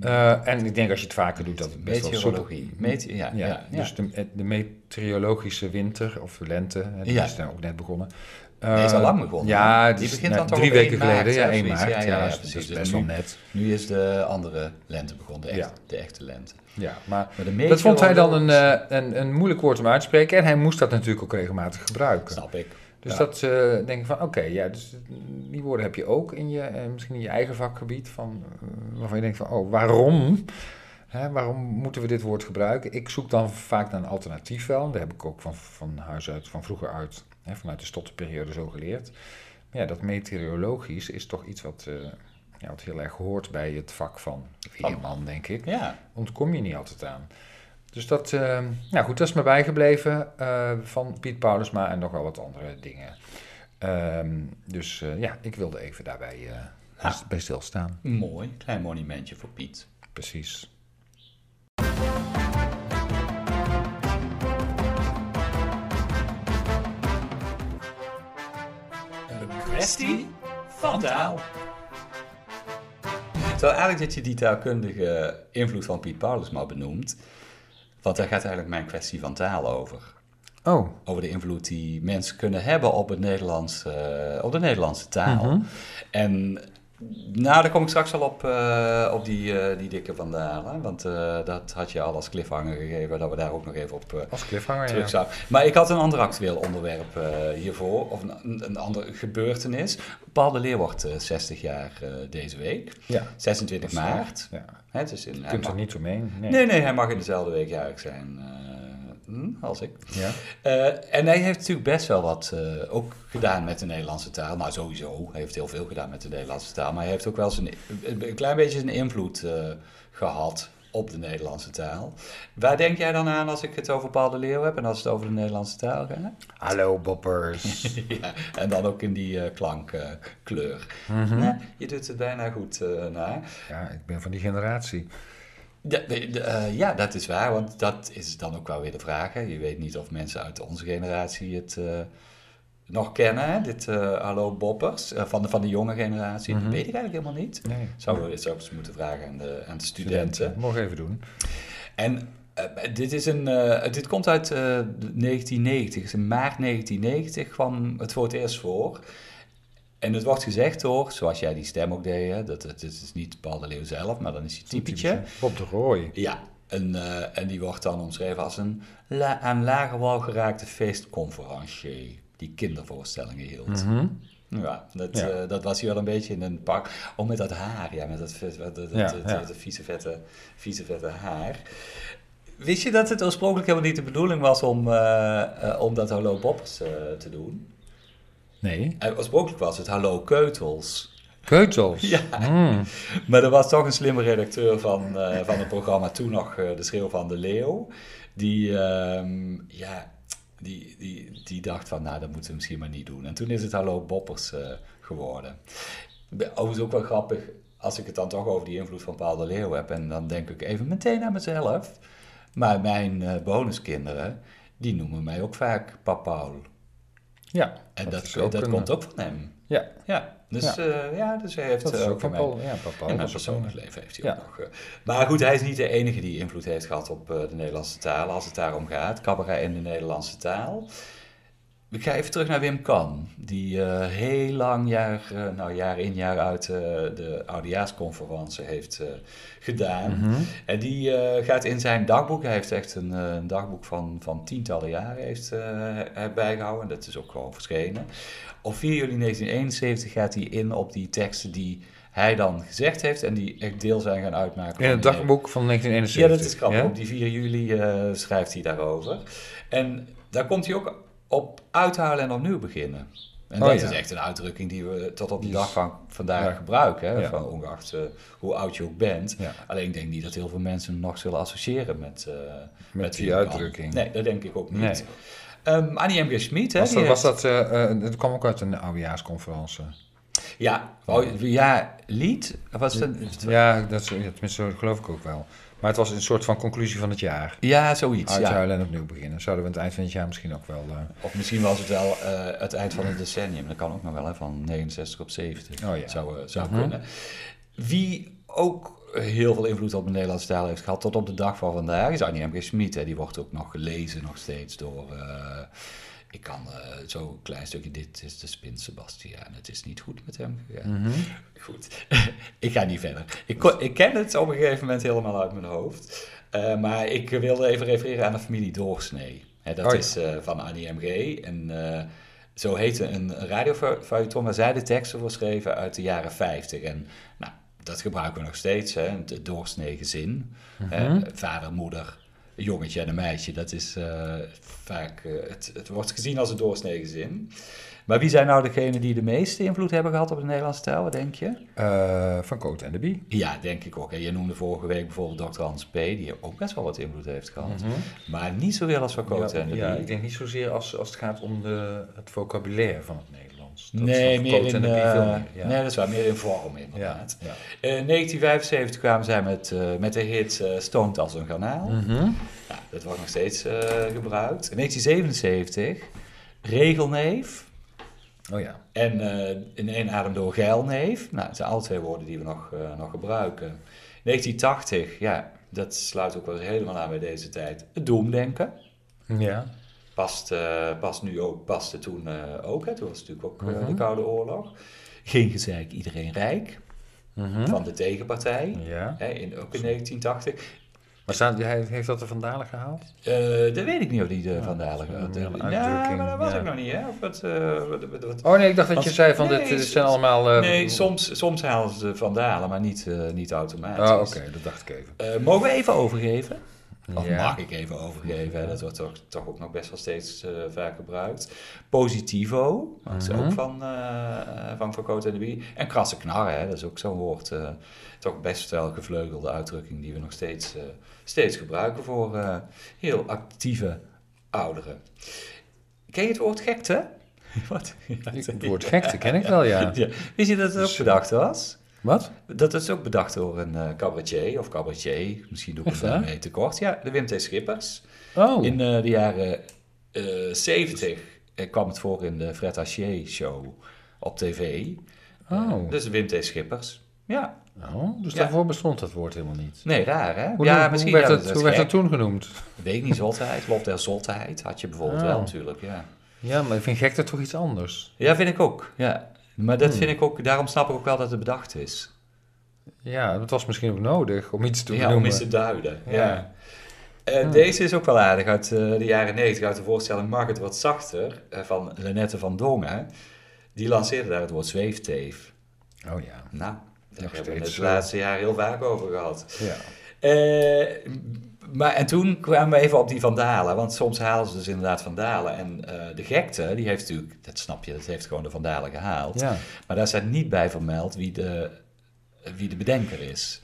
[SPEAKER 2] Eh, en ik denk als je het vaker doet, dat het best wel soepel
[SPEAKER 1] Meteorologie. Mete ja,
[SPEAKER 2] Ja,
[SPEAKER 1] ja, ja.
[SPEAKER 2] dus de, de meteorologische winter of lente, hè, die
[SPEAKER 1] Ja.
[SPEAKER 2] is dan ook net begonnen.
[SPEAKER 1] is al
[SPEAKER 2] Eh,
[SPEAKER 1] lang begonnen.
[SPEAKER 2] Ja,
[SPEAKER 1] Die
[SPEAKER 2] die
[SPEAKER 1] begint
[SPEAKER 2] begint
[SPEAKER 1] dan toch
[SPEAKER 2] drie
[SPEAKER 1] op één
[SPEAKER 2] weken
[SPEAKER 1] maart,
[SPEAKER 2] geleden, ja,
[SPEAKER 1] hè,
[SPEAKER 2] 1
[SPEAKER 1] zoiets.
[SPEAKER 2] maart.
[SPEAKER 1] Ja,
[SPEAKER 2] Ja,
[SPEAKER 1] ja, ja,
[SPEAKER 2] dat is- dat
[SPEAKER 1] precies.
[SPEAKER 2] is
[SPEAKER 1] Dus
[SPEAKER 2] best
[SPEAKER 1] nu-
[SPEAKER 2] wel net.
[SPEAKER 1] Nu is de andere lente begonnen, de, echt,
[SPEAKER 2] Ja.
[SPEAKER 1] de echte lente.
[SPEAKER 2] Ja, maar
[SPEAKER 1] Maar de
[SPEAKER 2] dat vond hij dan een,
[SPEAKER 1] meteorologische-
[SPEAKER 2] eh, een, een moeilijk woord om uit te spreken. En hij moest dat natuurlijk ook regelmatig gebruiken.
[SPEAKER 1] Snap ik.
[SPEAKER 2] Dus
[SPEAKER 1] Ja.
[SPEAKER 2] dat eh, denk ik van, oké, ja, dus die woorden heb je ook in je, eh, misschien in je eigen vakgebied, van, eh, waarvan je denkt van, oh, waarom? Hè, waarom moeten we dit woord gebruiken? Ik zoek dan vaak naar een alternatief wel. Dat heb ik ook van, van huis uit, van vroeger uit, hè, vanuit de stottenperiode zo geleerd. Maar ja, dat meteorologisch is toch iets wat, eh, ja, wat heel erg hoort bij het vak van weerman, denk ik
[SPEAKER 1] Ja.
[SPEAKER 2] ontkom je niet altijd aan. Dus dat, eh, nou goed, dat is me bijgebleven eh, van Piet Paulusma en nogal wat andere dingen. Ehm, dus eh, ja, ik wilde even daarbij eh,
[SPEAKER 1] Ah.
[SPEAKER 2] bij- bij stilstaan.
[SPEAKER 1] Mooi, klein monumentje voor Piet.
[SPEAKER 2] Precies.
[SPEAKER 1] Kwestie van taal. Terwijl eigenlijk dat je die taalkundige invloed van Piet Paulus maar benoemt. Want daar gaat eigenlijk mijn kwestie van taal over.
[SPEAKER 2] Oh,
[SPEAKER 1] Over de invloed die mensen kunnen hebben op, het Nederlands, eh, op de Nederlandse taal. En nou, daar kom ik straks al op, eh, op die, eh, die dikke van Dalen. Want eh, dat had je al als cliffhanger gegeven, dat we daar ook nog even op eh,
[SPEAKER 2] als cliffhanger,
[SPEAKER 1] terug
[SPEAKER 2] ja.
[SPEAKER 1] zou. Maar ik had een ander actueel onderwerp eh, hiervoor, of een, een andere gebeurtenis. Paul de Leeuw wordt eh, 60 jaar eh, deze week,
[SPEAKER 2] Ja,
[SPEAKER 1] 26 maart.
[SPEAKER 2] ja.
[SPEAKER 1] Hè, het is in,
[SPEAKER 2] Je
[SPEAKER 1] hij
[SPEAKER 2] kunt
[SPEAKER 1] mag-
[SPEAKER 2] er niet omheen. Nee.
[SPEAKER 1] nee, nee, hij mag in dezelfde week jarig zijn eh, hm, als ik.
[SPEAKER 2] Ja.
[SPEAKER 1] Eh, en hij heeft natuurlijk best wel wat eh, ook gedaan met de Nederlandse taal. Nou, sowieso. Hij heeft heel veel gedaan met de Nederlandse taal. Maar hij heeft ook wel zijn, een, een klein beetje zijn invloed eh, gehad op de Nederlandse taal. Waar denk jij dan aan als ik het over Paul de Leeuw heb en als het over de Nederlandse taal gaat?
[SPEAKER 2] *laughs* Hallo boppers.
[SPEAKER 1] ja, en dan ook in die eh, klankkleur. je doet het bijna goed eh, na.
[SPEAKER 2] *laughs* ja, ik ben van die generatie.
[SPEAKER 1] De- de- de, eh, ja, dat is waar, want dat is dan ook wel weer de vraag. Hè. Je weet niet of mensen uit onze generatie het eh, nog kennen, hè? dit eh, Hallo Boppers, eh, van, de, van de jonge generatie. Dat weet ik eigenlijk helemaal niet.
[SPEAKER 2] Nee.
[SPEAKER 1] Zouden we het eens moeten vragen aan de, aan de studenten.
[SPEAKER 2] Studenten. Mogen even doen.
[SPEAKER 1] En eh, dit, is een, eh, dit komt uit eh, 1990. Dus in maart 1990 kwam het voor het eerst voor. En het wordt gezegd door, zoals jij die stem ook deed, hè, dat het, het is niet Paul de Leeuw zelf, maar dan is hij typetje.
[SPEAKER 2] Bob de Rooi.
[SPEAKER 1] Ja, en, eh, en die wordt dan omschreven als een la aan lage wal geraakte feestconferencier. Die kindervoorstellingen hield. Ja, dat,
[SPEAKER 2] Mhm. Ja.
[SPEAKER 1] eh, dat was hij wel een beetje in een pak. Ook met dat haar, ja, met dat, vet- dat, dat,
[SPEAKER 2] Ja,
[SPEAKER 1] dat-
[SPEAKER 2] ja.
[SPEAKER 1] dat vieze, vette, vieze vette haar. Wist je dat het oorspronkelijk helemaal niet de bedoeling was om, eh, eh, om dat Hallo Boppers eh, te doen?
[SPEAKER 2] Nee.
[SPEAKER 1] Eh, oorspronkelijk was het Hallo Keutels.
[SPEAKER 2] Keutels.
[SPEAKER 1] *laughs* Ja.
[SPEAKER 2] Mm.
[SPEAKER 1] Maar er was toch een slimme redacteur van, eh, van het programma, toen nog eh, De Schreeuw van de Leeuw, die, ehm, ja, die, die, die dacht van, nou, dat moeten we misschien maar niet doen. En toen is het Hallo Boppers eh, geworden. Be- Overigens ook wel grappig, als ik het dan toch over die invloed van Paul de Leeuw heb, en dan denk ik even meteen aan mezelf. Maar mijn eh, bonuskinderen, die noemen mij ook vaak Papaul.
[SPEAKER 2] Ja.
[SPEAKER 1] En dat,
[SPEAKER 2] is
[SPEAKER 1] dat,
[SPEAKER 2] een,
[SPEAKER 1] komt ook van hem.
[SPEAKER 2] Ja,
[SPEAKER 1] Ja, dus,
[SPEAKER 2] Ja.
[SPEAKER 1] eh, ja, dus hij heeft
[SPEAKER 2] dat is
[SPEAKER 1] eh,
[SPEAKER 2] ook van
[SPEAKER 1] mij-
[SPEAKER 2] Paul. Ja, van Paul.
[SPEAKER 1] In mijn
[SPEAKER 2] dat is ook
[SPEAKER 1] persoonlijk leven heeft hij
[SPEAKER 2] Ja.
[SPEAKER 1] ook nog. eh, maar goed, hij is niet de enige die invloed heeft gehad op eh, de Nederlandse taal. Als het daarom gaat, cabaret in de Nederlandse taal. Ik ga even terug naar Wim Kan, die eh, heel lang jaar, eh, nou, jaar in jaar uit eh, de oudejaarsconferentie heeft eh, gedaan.
[SPEAKER 2] Mhm.
[SPEAKER 1] En die eh, gaat in zijn dagboek, hij heeft echt een, eh, een dagboek van, van tientallen jaren heeft, eh, bijgehouden. Dat is ook gewoon verschenen. Op 4 juli 1971 gaat hij in op die teksten die hij dan gezegd heeft en die echt deel zijn gaan uitmaken.
[SPEAKER 2] In
[SPEAKER 1] van
[SPEAKER 2] het
[SPEAKER 1] die-
[SPEAKER 2] dagboek van
[SPEAKER 1] ja,
[SPEAKER 2] 1971.
[SPEAKER 1] dat is grappig.
[SPEAKER 2] Ja?
[SPEAKER 1] Op die 4 juli eh, schrijft hij daarover. En daar komt hij ook op uithalen en opnieuw beginnen. En
[SPEAKER 2] Oh,
[SPEAKER 1] dat
[SPEAKER 2] ja.
[SPEAKER 1] is echt een uitdrukking die we tot op die
[SPEAKER 2] Die is-
[SPEAKER 1] dag van vandaag
[SPEAKER 2] ja.
[SPEAKER 1] gebruiken. Hè?
[SPEAKER 2] Ja.
[SPEAKER 1] Van ongeacht eh, hoe oud je ook bent.
[SPEAKER 2] Ja.
[SPEAKER 1] Alleen ik denk niet dat heel veel mensen hem nog zullen associëren met, eh,
[SPEAKER 2] die
[SPEAKER 1] Wim Kan.
[SPEAKER 2] uitdrukking.
[SPEAKER 1] Nee, dat denk ik ook niet.
[SPEAKER 2] Nee.
[SPEAKER 1] Ehm, Annie M. G. Schmid, hè,
[SPEAKER 2] Was
[SPEAKER 1] die
[SPEAKER 2] dat, was
[SPEAKER 1] heeft-
[SPEAKER 2] dat, eh, eh, dat kwam ook uit een oudejaarsconferentie.
[SPEAKER 1] Ja, oh, ja, lied? Was dat,
[SPEAKER 2] Ja, dat, is- ja, tenminste, dat geloof ik ook wel. Maar het was een soort van conclusie van het jaar.
[SPEAKER 1] ja, zoiets. Ja.
[SPEAKER 2] Uithuilen en opnieuw beginnen. Zouden we aan het eind van het jaar misschien ook wel... eh,
[SPEAKER 1] Of misschien was het wel eh, het eind van het decennium. Dat kan ook nog wel, hè, van 69 op 70.
[SPEAKER 2] Oh ja.
[SPEAKER 1] Zou, eh, zou kunnen. Wie ook heel veel invloed op de Nederlandse taal heeft gehad tot op de dag van vandaag is Annie M. G. Schmid. hè. Die wordt ook nog gelezen, nog steeds door... eh, ik kan eh, zo'n klein stukje, dit is de spin Sebastiaan. Het is niet goed met hem gegaan.
[SPEAKER 2] Mhm.
[SPEAKER 1] Goed, *laughs* ik ga niet verder. Ik, kon- ik ken het op een gegeven moment helemaal uit mijn hoofd. Eh, maar ik wilde even refereren aan de familie Doorsnee. Hè, dat
[SPEAKER 2] Oh ja.
[SPEAKER 1] is eh, van Annie M. G. En eh, zo heette een radiofeuilleton waar zij de teksten voor schreven uit de jaren 50. En nou, dat gebruiken we nog steeds, hè, het doorsnee gezin. Hè,
[SPEAKER 2] Mhm.
[SPEAKER 1] vader, moeder, een jongetje en een meisje. Dat is eh, vaak, eh, het, het wordt gezien als een doorsnee gezin. Maar wie zijn nou degenen die de meeste invloed hebben gehad op de Nederlandse taal, wat denk je?
[SPEAKER 2] eh, van Coat en de Bie.
[SPEAKER 1] Ja, denk ik ook. En je noemde vorige week bijvoorbeeld Dr. Hans P., die ook best wel wat invloed heeft gehad.
[SPEAKER 2] Mhm.
[SPEAKER 1] Maar niet zoveel als Van Kooten en de
[SPEAKER 2] ja,
[SPEAKER 1] Bie.
[SPEAKER 2] ik denk niet zozeer als, als het gaat om de, het vocabulaire van het Nederlands. Dat
[SPEAKER 1] Nee,
[SPEAKER 2] is
[SPEAKER 1] meer
[SPEAKER 2] Coat
[SPEAKER 1] in,
[SPEAKER 2] en de Bie veel
[SPEAKER 1] eh,
[SPEAKER 2] meer, ja.
[SPEAKER 1] nee, dat is waar, meer in vorm
[SPEAKER 2] ja.
[SPEAKER 1] inderdaad. Eh,
[SPEAKER 2] ja.
[SPEAKER 1] In 1975 kwamen zij met, eh, met de hit eh Stoned als een garnaal.
[SPEAKER 2] Mhm.
[SPEAKER 1] Ja, dat wordt nog steeds eh, gebruikt. In 1977 Regelneef
[SPEAKER 2] Oh ja.
[SPEAKER 1] en eh, in één adem door Geilneef. Nou, dat zijn al twee woorden die we nog, eh, nog gebruiken. 1980, ja, dat sluit ook wel helemaal aan bij deze tijd. Het doemdenken.
[SPEAKER 2] Ja.
[SPEAKER 1] Past, eh, past nu ook, paste toen eh, ook. Hè? Toen was het natuurlijk ook eh,
[SPEAKER 2] Mhm.
[SPEAKER 1] de Koude Oorlog. Geen gezeik, iedereen rijk. Van de tegenpartij.
[SPEAKER 2] Mhm. ja.
[SPEAKER 1] Hè, in, ook in 1980.
[SPEAKER 2] Maar staat, hij heeft dat er vandalen gehaald?
[SPEAKER 1] Eh dat weet ik niet of die de Van Dalen...
[SPEAKER 2] dat is
[SPEAKER 1] de-
[SPEAKER 2] wel een
[SPEAKER 1] ja,
[SPEAKER 2] uitdrukking,
[SPEAKER 1] maar dat was
[SPEAKER 2] ja.
[SPEAKER 1] ik nog niet. Hè? Of wat, eh, wat, wat, wat-
[SPEAKER 2] Oh nee, ik dacht dat je
[SPEAKER 1] Als-
[SPEAKER 2] zei van
[SPEAKER 1] Nee,
[SPEAKER 2] dit, dit
[SPEAKER 1] soms-
[SPEAKER 2] zijn allemaal... eh,
[SPEAKER 1] Nee, soms, soms halen ze de Van Dalen, maar niet, eh, niet automatisch.
[SPEAKER 2] Oh, oké, *laughs* dat dacht ik even.
[SPEAKER 1] Eh, mogen we even overgeven? Of
[SPEAKER 2] Ja.
[SPEAKER 1] *laughs* mag ik even overgeven? Hè? Dat wordt toch, toch ook nog best wel steeds eh, vaak gebruikt. Positivo, dat is ook van, eh van Verkoot en de Bie. En krasse knarren, hè? dat is ook zo'n woord. eh, toch best wel gevleugelde uitdrukking die we nog steeds, eh, steeds gebruiken voor eh, heel actieve ouderen. Ken je het woord gekte? *laughs* Wat?
[SPEAKER 2] Het
[SPEAKER 1] *laughs*
[SPEAKER 2] woord gekte ken ik wel, ja.
[SPEAKER 1] Ja. Wist je dat het ook bedacht was?
[SPEAKER 2] Wat?
[SPEAKER 1] Dat is ook bedacht door een eh, cabaretier of cabaretier. Misschien doe ik
[SPEAKER 2] Echt
[SPEAKER 1] het
[SPEAKER 2] waar?
[SPEAKER 1] daarmee tekort. Ja, de Wim T. Schippers.
[SPEAKER 2] Oh.
[SPEAKER 1] In eh, de jaren eh 70 eh, kwam het voor in de Fred Haché show op tv.
[SPEAKER 2] Oh.
[SPEAKER 1] Dus Wim T. Schippers. Ja,
[SPEAKER 2] oh, dus
[SPEAKER 1] Ja.
[SPEAKER 2] daarvoor bestond dat woord helemaal niet.
[SPEAKER 1] nee, raar hè?
[SPEAKER 2] Hoe,
[SPEAKER 1] ja,
[SPEAKER 2] hoe werd,
[SPEAKER 1] ja,
[SPEAKER 2] het,
[SPEAKER 1] is
[SPEAKER 2] hoe werd
[SPEAKER 1] gek.
[SPEAKER 2] dat toen genoemd?
[SPEAKER 1] Weet ik niet, zotheid. Lof der zotheid had je bijvoorbeeld
[SPEAKER 2] Oh.
[SPEAKER 1] wel natuurlijk, ja.
[SPEAKER 2] Ja, maar ik vind gekte toch iets anders.
[SPEAKER 1] Ja, vind ik ook, ja. Maar
[SPEAKER 2] Hmm.
[SPEAKER 1] dat vind ik ook, daarom snap ik ook wel dat het bedacht is.
[SPEAKER 2] Ja, dat was misschien ook nodig om iets te
[SPEAKER 1] ja,
[SPEAKER 2] benoemen.
[SPEAKER 1] om iets te duiden. Ja.
[SPEAKER 2] Ja. Oh.
[SPEAKER 1] Eh, Deze is ook wel aardig uit eh, de jaren 90, uit de voorstelling Mag het wat zachter eh, van Lenette van Dongen. Die lanceerde daar het woord zweefteef.
[SPEAKER 2] Oh ja.
[SPEAKER 1] Nou, daar
[SPEAKER 2] Nog
[SPEAKER 1] hebben we het
[SPEAKER 2] steeds, eh,
[SPEAKER 1] laatste jaar heel vaak over gehad.
[SPEAKER 2] Ja.
[SPEAKER 1] Eh, maar en toen kwamen we even op die vandalen, want soms halen ze dus inderdaad vandalen. En eh, de gekte, die heeft natuurlijk, dat snap je, dat heeft gewoon de vandalen gehaald.
[SPEAKER 2] Ja.
[SPEAKER 1] Maar daar staat niet bij vermeld wie de, wie de bedenker is.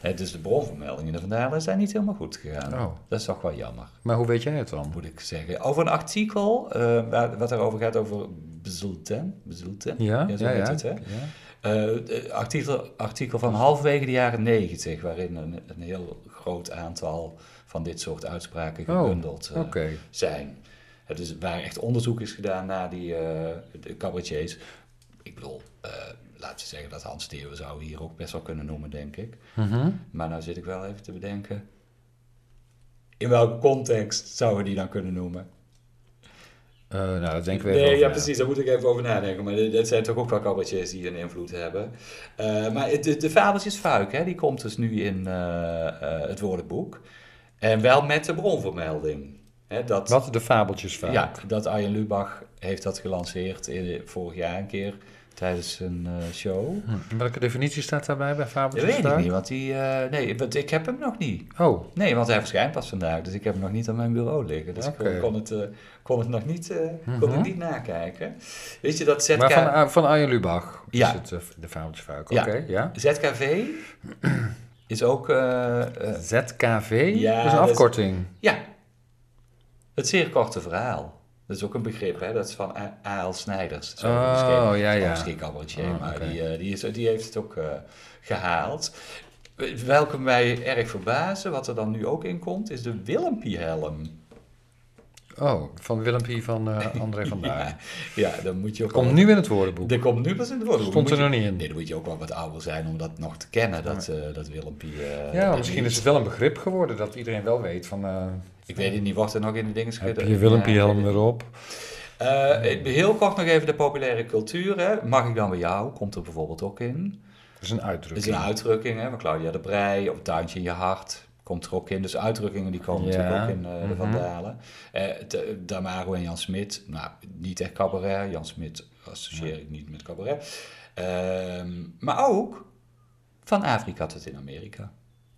[SPEAKER 1] Hè, dus de bronvermeldingen de vandalen zijn niet helemaal goed gegaan.
[SPEAKER 2] Oh.
[SPEAKER 1] Dat is toch wel jammer,
[SPEAKER 2] Maar hoe weet jij het dan?
[SPEAKER 1] moet ik zeggen. Over een artikel, eh, waar, wat erover gaat over Bezulten. Bezulten?
[SPEAKER 2] Ja,
[SPEAKER 1] zo
[SPEAKER 2] ja,
[SPEAKER 1] heet
[SPEAKER 2] ja.
[SPEAKER 1] het, hè?
[SPEAKER 2] Ja.
[SPEAKER 1] Eh, het artikel, artikel van halverwege de jaren 90, waarin een, een heel groot aantal van dit soort uitspraken
[SPEAKER 2] Oh,
[SPEAKER 1] gebundeld eh,
[SPEAKER 2] Oké.
[SPEAKER 1] zijn. Het is, waar echt onderzoek is gedaan naar die eh, de cabaretiers. Ik bedoel, eh, laten we zeggen dat Hans Theeuwen zou hier ook best wel kunnen noemen, denk ik.
[SPEAKER 2] Mhm.
[SPEAKER 1] Maar nou zit ik wel even te bedenken. In welke context zouden we die dan kunnen noemen?
[SPEAKER 2] Eh, nou, dat denken we even
[SPEAKER 1] Nee,
[SPEAKER 2] over
[SPEAKER 1] ja,
[SPEAKER 2] na.
[SPEAKER 1] precies. Daar moet ik even over nadenken. Maar dit- dat zijn toch ook wel cabaretiers die een invloed hebben. Eh, maar het- de, de fabeltjes Fuik, hè, die komt dus nu in eh, eh, het woordenboek. En wel met de bronvermelding. Hè, dat,
[SPEAKER 2] Wat de fabeltjes vaak.
[SPEAKER 1] Ja, dat Arjen Lubach heeft dat gelanceerd in, vorig jaar een keer tijdens een eh, show.
[SPEAKER 2] Hm, Welke definitie staat daarbij bij
[SPEAKER 1] Dat
[SPEAKER 2] fabeltjes
[SPEAKER 1] weet ik
[SPEAKER 2] vaak?
[SPEAKER 1] niet, want die, eh, nee, want ik heb hem nog niet.
[SPEAKER 2] Oh,
[SPEAKER 1] Nee, want hij verschijnt pas vandaag, dus ik heb hem nog niet aan mijn bureau liggen. Dus
[SPEAKER 2] Oké.
[SPEAKER 1] ik kon het, eh, kon het nog niet, eh, kon
[SPEAKER 2] Mhm.
[SPEAKER 1] ik niet nakijken. Weet je, dat ZK...
[SPEAKER 2] maar van, A- van Arjen Lubach
[SPEAKER 1] Ja.
[SPEAKER 2] is het eh, de fabeltjes vaak.
[SPEAKER 1] Ja.
[SPEAKER 2] Oké, ja.
[SPEAKER 1] ZKV is ook. eh, eh,
[SPEAKER 2] ZKV
[SPEAKER 1] Ja,
[SPEAKER 2] dat is een
[SPEAKER 1] dat is-
[SPEAKER 2] afkorting.
[SPEAKER 1] ja, het zeer korte verhaal. Dat is ook een begrip, hè? Dat is van A- A.L. Snijders. Zo
[SPEAKER 2] Oh,
[SPEAKER 1] misschien.
[SPEAKER 2] ja, ja.
[SPEAKER 1] Misschien cabaretier,
[SPEAKER 2] Oh,
[SPEAKER 1] maar
[SPEAKER 2] oké.
[SPEAKER 1] die, eh, die, is, die heeft het ook eh, gehaald. Welke mij erg verbazen, wat er dan nu ook in komt, is de Willempie-helm.
[SPEAKER 2] Oh, van Willem P.
[SPEAKER 1] *laughs*
[SPEAKER 2] van eh, André van Duin.
[SPEAKER 1] Ja, ja, dan moet je ook.
[SPEAKER 2] Komt
[SPEAKER 1] wel-
[SPEAKER 2] nu in het woordenboek.
[SPEAKER 1] Er komt nu pas in het woord.
[SPEAKER 2] Stond er
[SPEAKER 1] Moet je-
[SPEAKER 2] nog niet in.
[SPEAKER 1] Nee, dan moet je ook wel wat ouder zijn om dat nog te kennen, dat, eh dat Willempie. eh,
[SPEAKER 2] Ja,
[SPEAKER 1] dat
[SPEAKER 2] maar misschien is het wel een begrip geworden dat iedereen wel weet van... eh
[SPEAKER 1] Ik weet het niet, wordt er nog in de dingen
[SPEAKER 2] heb
[SPEAKER 1] geschreven?
[SPEAKER 2] je Willem P.
[SPEAKER 1] Ja,
[SPEAKER 2] helm erop?
[SPEAKER 1] Eh, heel kort nog even de populaire cultuur. Hè. Mag ik dan bij jou? Komt er bijvoorbeeld ook in.
[SPEAKER 2] Dat is een
[SPEAKER 1] Dat is
[SPEAKER 2] uitdrukking.
[SPEAKER 1] een uitdrukking hè, van Claudia de Brij. Of Tuintje in je hart. Komt er ook in. Dus uitdrukkingen die komen
[SPEAKER 2] Ja.
[SPEAKER 1] natuurlijk ook in eh,
[SPEAKER 2] Mhm.
[SPEAKER 1] de Vandalen. Eh, T- Damaro en Jan Smit. Nou, niet echt cabaret. Jan Smit associeer ik niet met cabaret. Ehm, maar ook van Afrika tot in Amerika.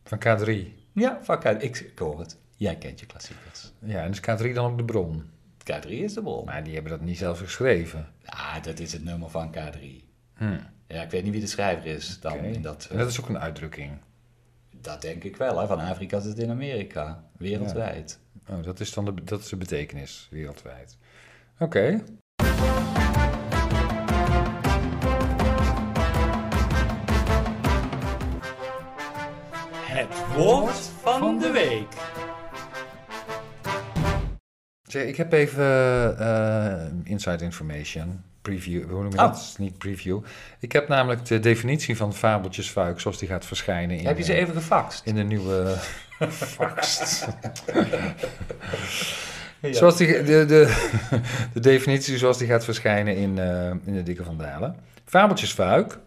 [SPEAKER 2] Van K3.
[SPEAKER 1] Ja, van K- ik, ik hoor het. Jij kent je klassiekers.
[SPEAKER 2] Ja, en is K3 dan ook de bron?
[SPEAKER 1] K3 is de bron.
[SPEAKER 2] Maar die hebben dat niet zelf geschreven.
[SPEAKER 1] Ah, dat is het nummer van K3.
[SPEAKER 2] Hm.
[SPEAKER 1] Ja, ik weet niet wie de schrijver is dan.
[SPEAKER 2] Oké.
[SPEAKER 1] in Dat, eh,
[SPEAKER 2] En dat is ook een uitdrukking.
[SPEAKER 1] dat denk ik wel, hè. van Afrika tot in Amerika, wereldwijd.
[SPEAKER 2] Oh, dat is dan de, dat is de betekenis wereldwijd. Oké.
[SPEAKER 1] Het woord van de week.
[SPEAKER 2] Zeg, ik heb even eh, inside information. Preview, hoe noem je
[SPEAKER 1] Oh.
[SPEAKER 2] dat? Het is Niet preview. Ik heb namelijk de definitie van fabeltjesfuik zoals die gaat verschijnen in,
[SPEAKER 1] Heb je ze
[SPEAKER 2] eh,
[SPEAKER 1] even gefaxt?
[SPEAKER 2] in de nieuwe *laughs*
[SPEAKER 1] *laughs*
[SPEAKER 2] faxt.
[SPEAKER 1] Ja.
[SPEAKER 2] Zoals die, de, de, *laughs* de definitie zoals die gaat verschijnen in, eh, in de Dikke van Dalen. Fabeltjesfuik.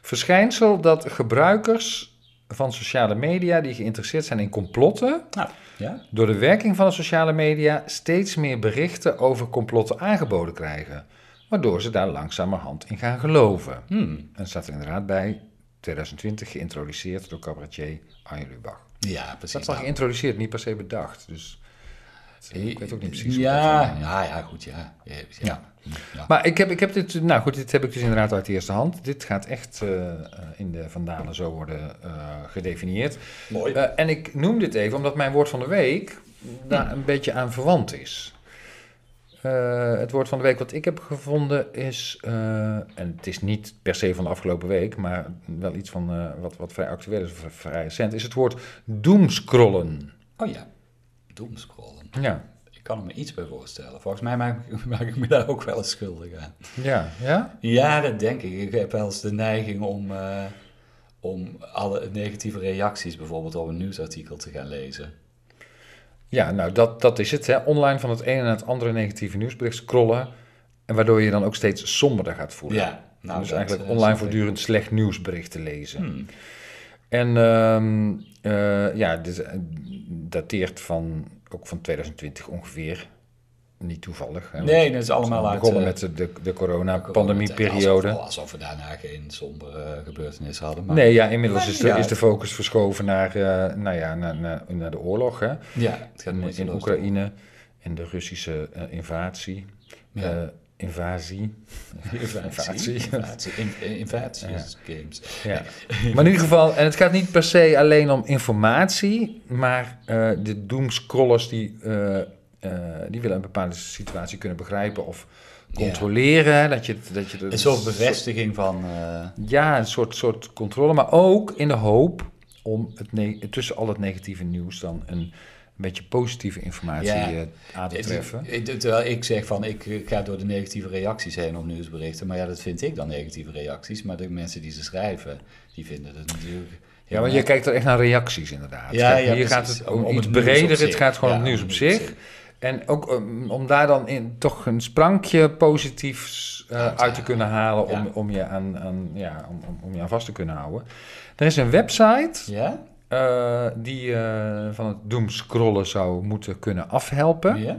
[SPEAKER 2] Verschijnsel dat gebruikers van sociale media die geïnteresseerd zijn in complotten...
[SPEAKER 1] Nou, ja?
[SPEAKER 2] door de werking van de sociale media steeds meer berichten over complotten aangeboden krijgen, waardoor ze daar langzamerhand in gaan geloven.
[SPEAKER 1] Hmm.
[SPEAKER 2] En staat er inderdaad bij 2020 geïntroduceerd door cabaretier Arjen Lubach.
[SPEAKER 1] ja,
[SPEAKER 2] Dat
[SPEAKER 1] precies. Nou,
[SPEAKER 2] is wel geïntroduceerd, niet per se bedacht. Dus ik weet ook niet precies. hoe dat
[SPEAKER 1] Ja,
[SPEAKER 2] dan-
[SPEAKER 1] ja, ja, goed, ja. Ja, ja. Ja.
[SPEAKER 2] Maar ik heb, ik heb dit, nou goed, dit heb ik dus inderdaad uit de eerste hand. Dit gaat echt eh, eh, in de Vandalen zo worden eh, gedefinieerd.
[SPEAKER 1] Mooi.
[SPEAKER 2] Eh, en ik noem dit even omdat mijn woord van de week daar een beetje aan verwant is. Eh, het woord van de week wat ik heb gevonden is, eh, en het is niet per se van de afgelopen week, maar wel iets van eh, wat, wat vrij actueel is, of vrij recent, is het woord doomscrollen.
[SPEAKER 1] Oh ja, doomscrollen.
[SPEAKER 2] Ja,
[SPEAKER 1] Ik kan er me iets bij voorstellen. Volgens mij maak ik, *laughs* maak ik me daar ook wel eens schuldig aan.
[SPEAKER 2] ja, ja.
[SPEAKER 1] Ja, dat denk ik. Ik heb wel eens de neiging om, eh, om alle negatieve reacties bijvoorbeeld op een nieuwsartikel te gaan lezen.
[SPEAKER 2] Ja, nou dat, dat is het. Hè. Online van het ene naar het andere negatieve nieuwsbericht scrollen, en waardoor je dan ook steeds somberder gaat voelen.
[SPEAKER 1] Ja, nou,
[SPEAKER 2] dus
[SPEAKER 1] dat,
[SPEAKER 2] eigenlijk
[SPEAKER 1] eh,
[SPEAKER 2] online
[SPEAKER 1] snap ik.
[SPEAKER 2] voortdurend slecht nieuwsbericht te lezen.
[SPEAKER 1] Hmm.
[SPEAKER 2] En ehm, eh, ja, dit eh, dateert van, ook van 2020 ongeveer. Niet toevallig. Hè,
[SPEAKER 1] Nee, dat is allemaal uit...
[SPEAKER 2] begonnen
[SPEAKER 1] eh,
[SPEAKER 2] met de, de, de
[SPEAKER 1] coronatijd. Alsof,
[SPEAKER 2] coronapandemieperiode.
[SPEAKER 1] alsof we daarna geen sombere gebeurtenis hadden. Maar...
[SPEAKER 2] Nee, ja, inmiddels is de,
[SPEAKER 1] Ja.
[SPEAKER 2] is de focus verschoven naar, eh, nou ja, naar, naar, naar de oorlog hè,
[SPEAKER 1] Ja, het gaat
[SPEAKER 2] in, in
[SPEAKER 1] moeiteloos
[SPEAKER 2] Oekraïne en de Russische eh, invasie.
[SPEAKER 1] Ja.
[SPEAKER 2] Eh, invasie.
[SPEAKER 1] door. *laughs* Invasie.
[SPEAKER 2] Invasie.
[SPEAKER 1] Invasie. In- Invasiesgames. *laughs*
[SPEAKER 2] Ja. Maar in ieder geval, en het gaat niet per se alleen om informatie, maar eh, de doomscrollers die, eh, eh, die willen een bepaalde situatie kunnen begrijpen of controleren. hè, Dat je, dat je er-
[SPEAKER 1] Een soort bevestiging van... eh,
[SPEAKER 2] Ja, een soort, soort controle, maar ook in de hoop om het ne- tussen al het negatieve nieuws dan een beetje positieve informatie
[SPEAKER 1] Ja.
[SPEAKER 2] eh, aan te treffen.
[SPEAKER 1] Ik- ik- eh, Terwijl ik zeg van ik eh, ga door de negatieve reacties heen op nieuwsberichten. Maar ja, dat vind ik dan negatieve reacties. Maar de mensen die ze schrijven, die vinden het natuurlijk.
[SPEAKER 2] Ja, want je kijkt er echt naar reacties inderdaad.
[SPEAKER 1] Ja,
[SPEAKER 2] Kijk,
[SPEAKER 1] ja,
[SPEAKER 2] hier
[SPEAKER 1] precies.
[SPEAKER 2] gaat het
[SPEAKER 1] Om-
[SPEAKER 2] om,
[SPEAKER 1] om
[SPEAKER 2] iets
[SPEAKER 1] het nieuws op
[SPEAKER 2] breder, het
[SPEAKER 1] zich.
[SPEAKER 2] gaat gewoon
[SPEAKER 1] Ja,
[SPEAKER 2] om het nieuws op
[SPEAKER 1] om het nieuws
[SPEAKER 2] zich.
[SPEAKER 1] op
[SPEAKER 2] En ook um, om daar dan in toch een sprankje positiefs eh,
[SPEAKER 1] Ja, want
[SPEAKER 2] uit
[SPEAKER 1] ja.
[SPEAKER 2] te kunnen halen om,
[SPEAKER 1] Ja.
[SPEAKER 2] om, je aan, aan, ja, om, om, om je aan vast te kunnen houden. Er is een website
[SPEAKER 1] Ja?
[SPEAKER 2] eh, die eh, van het doomscrollen zou moeten kunnen afhelpen.
[SPEAKER 1] Ja?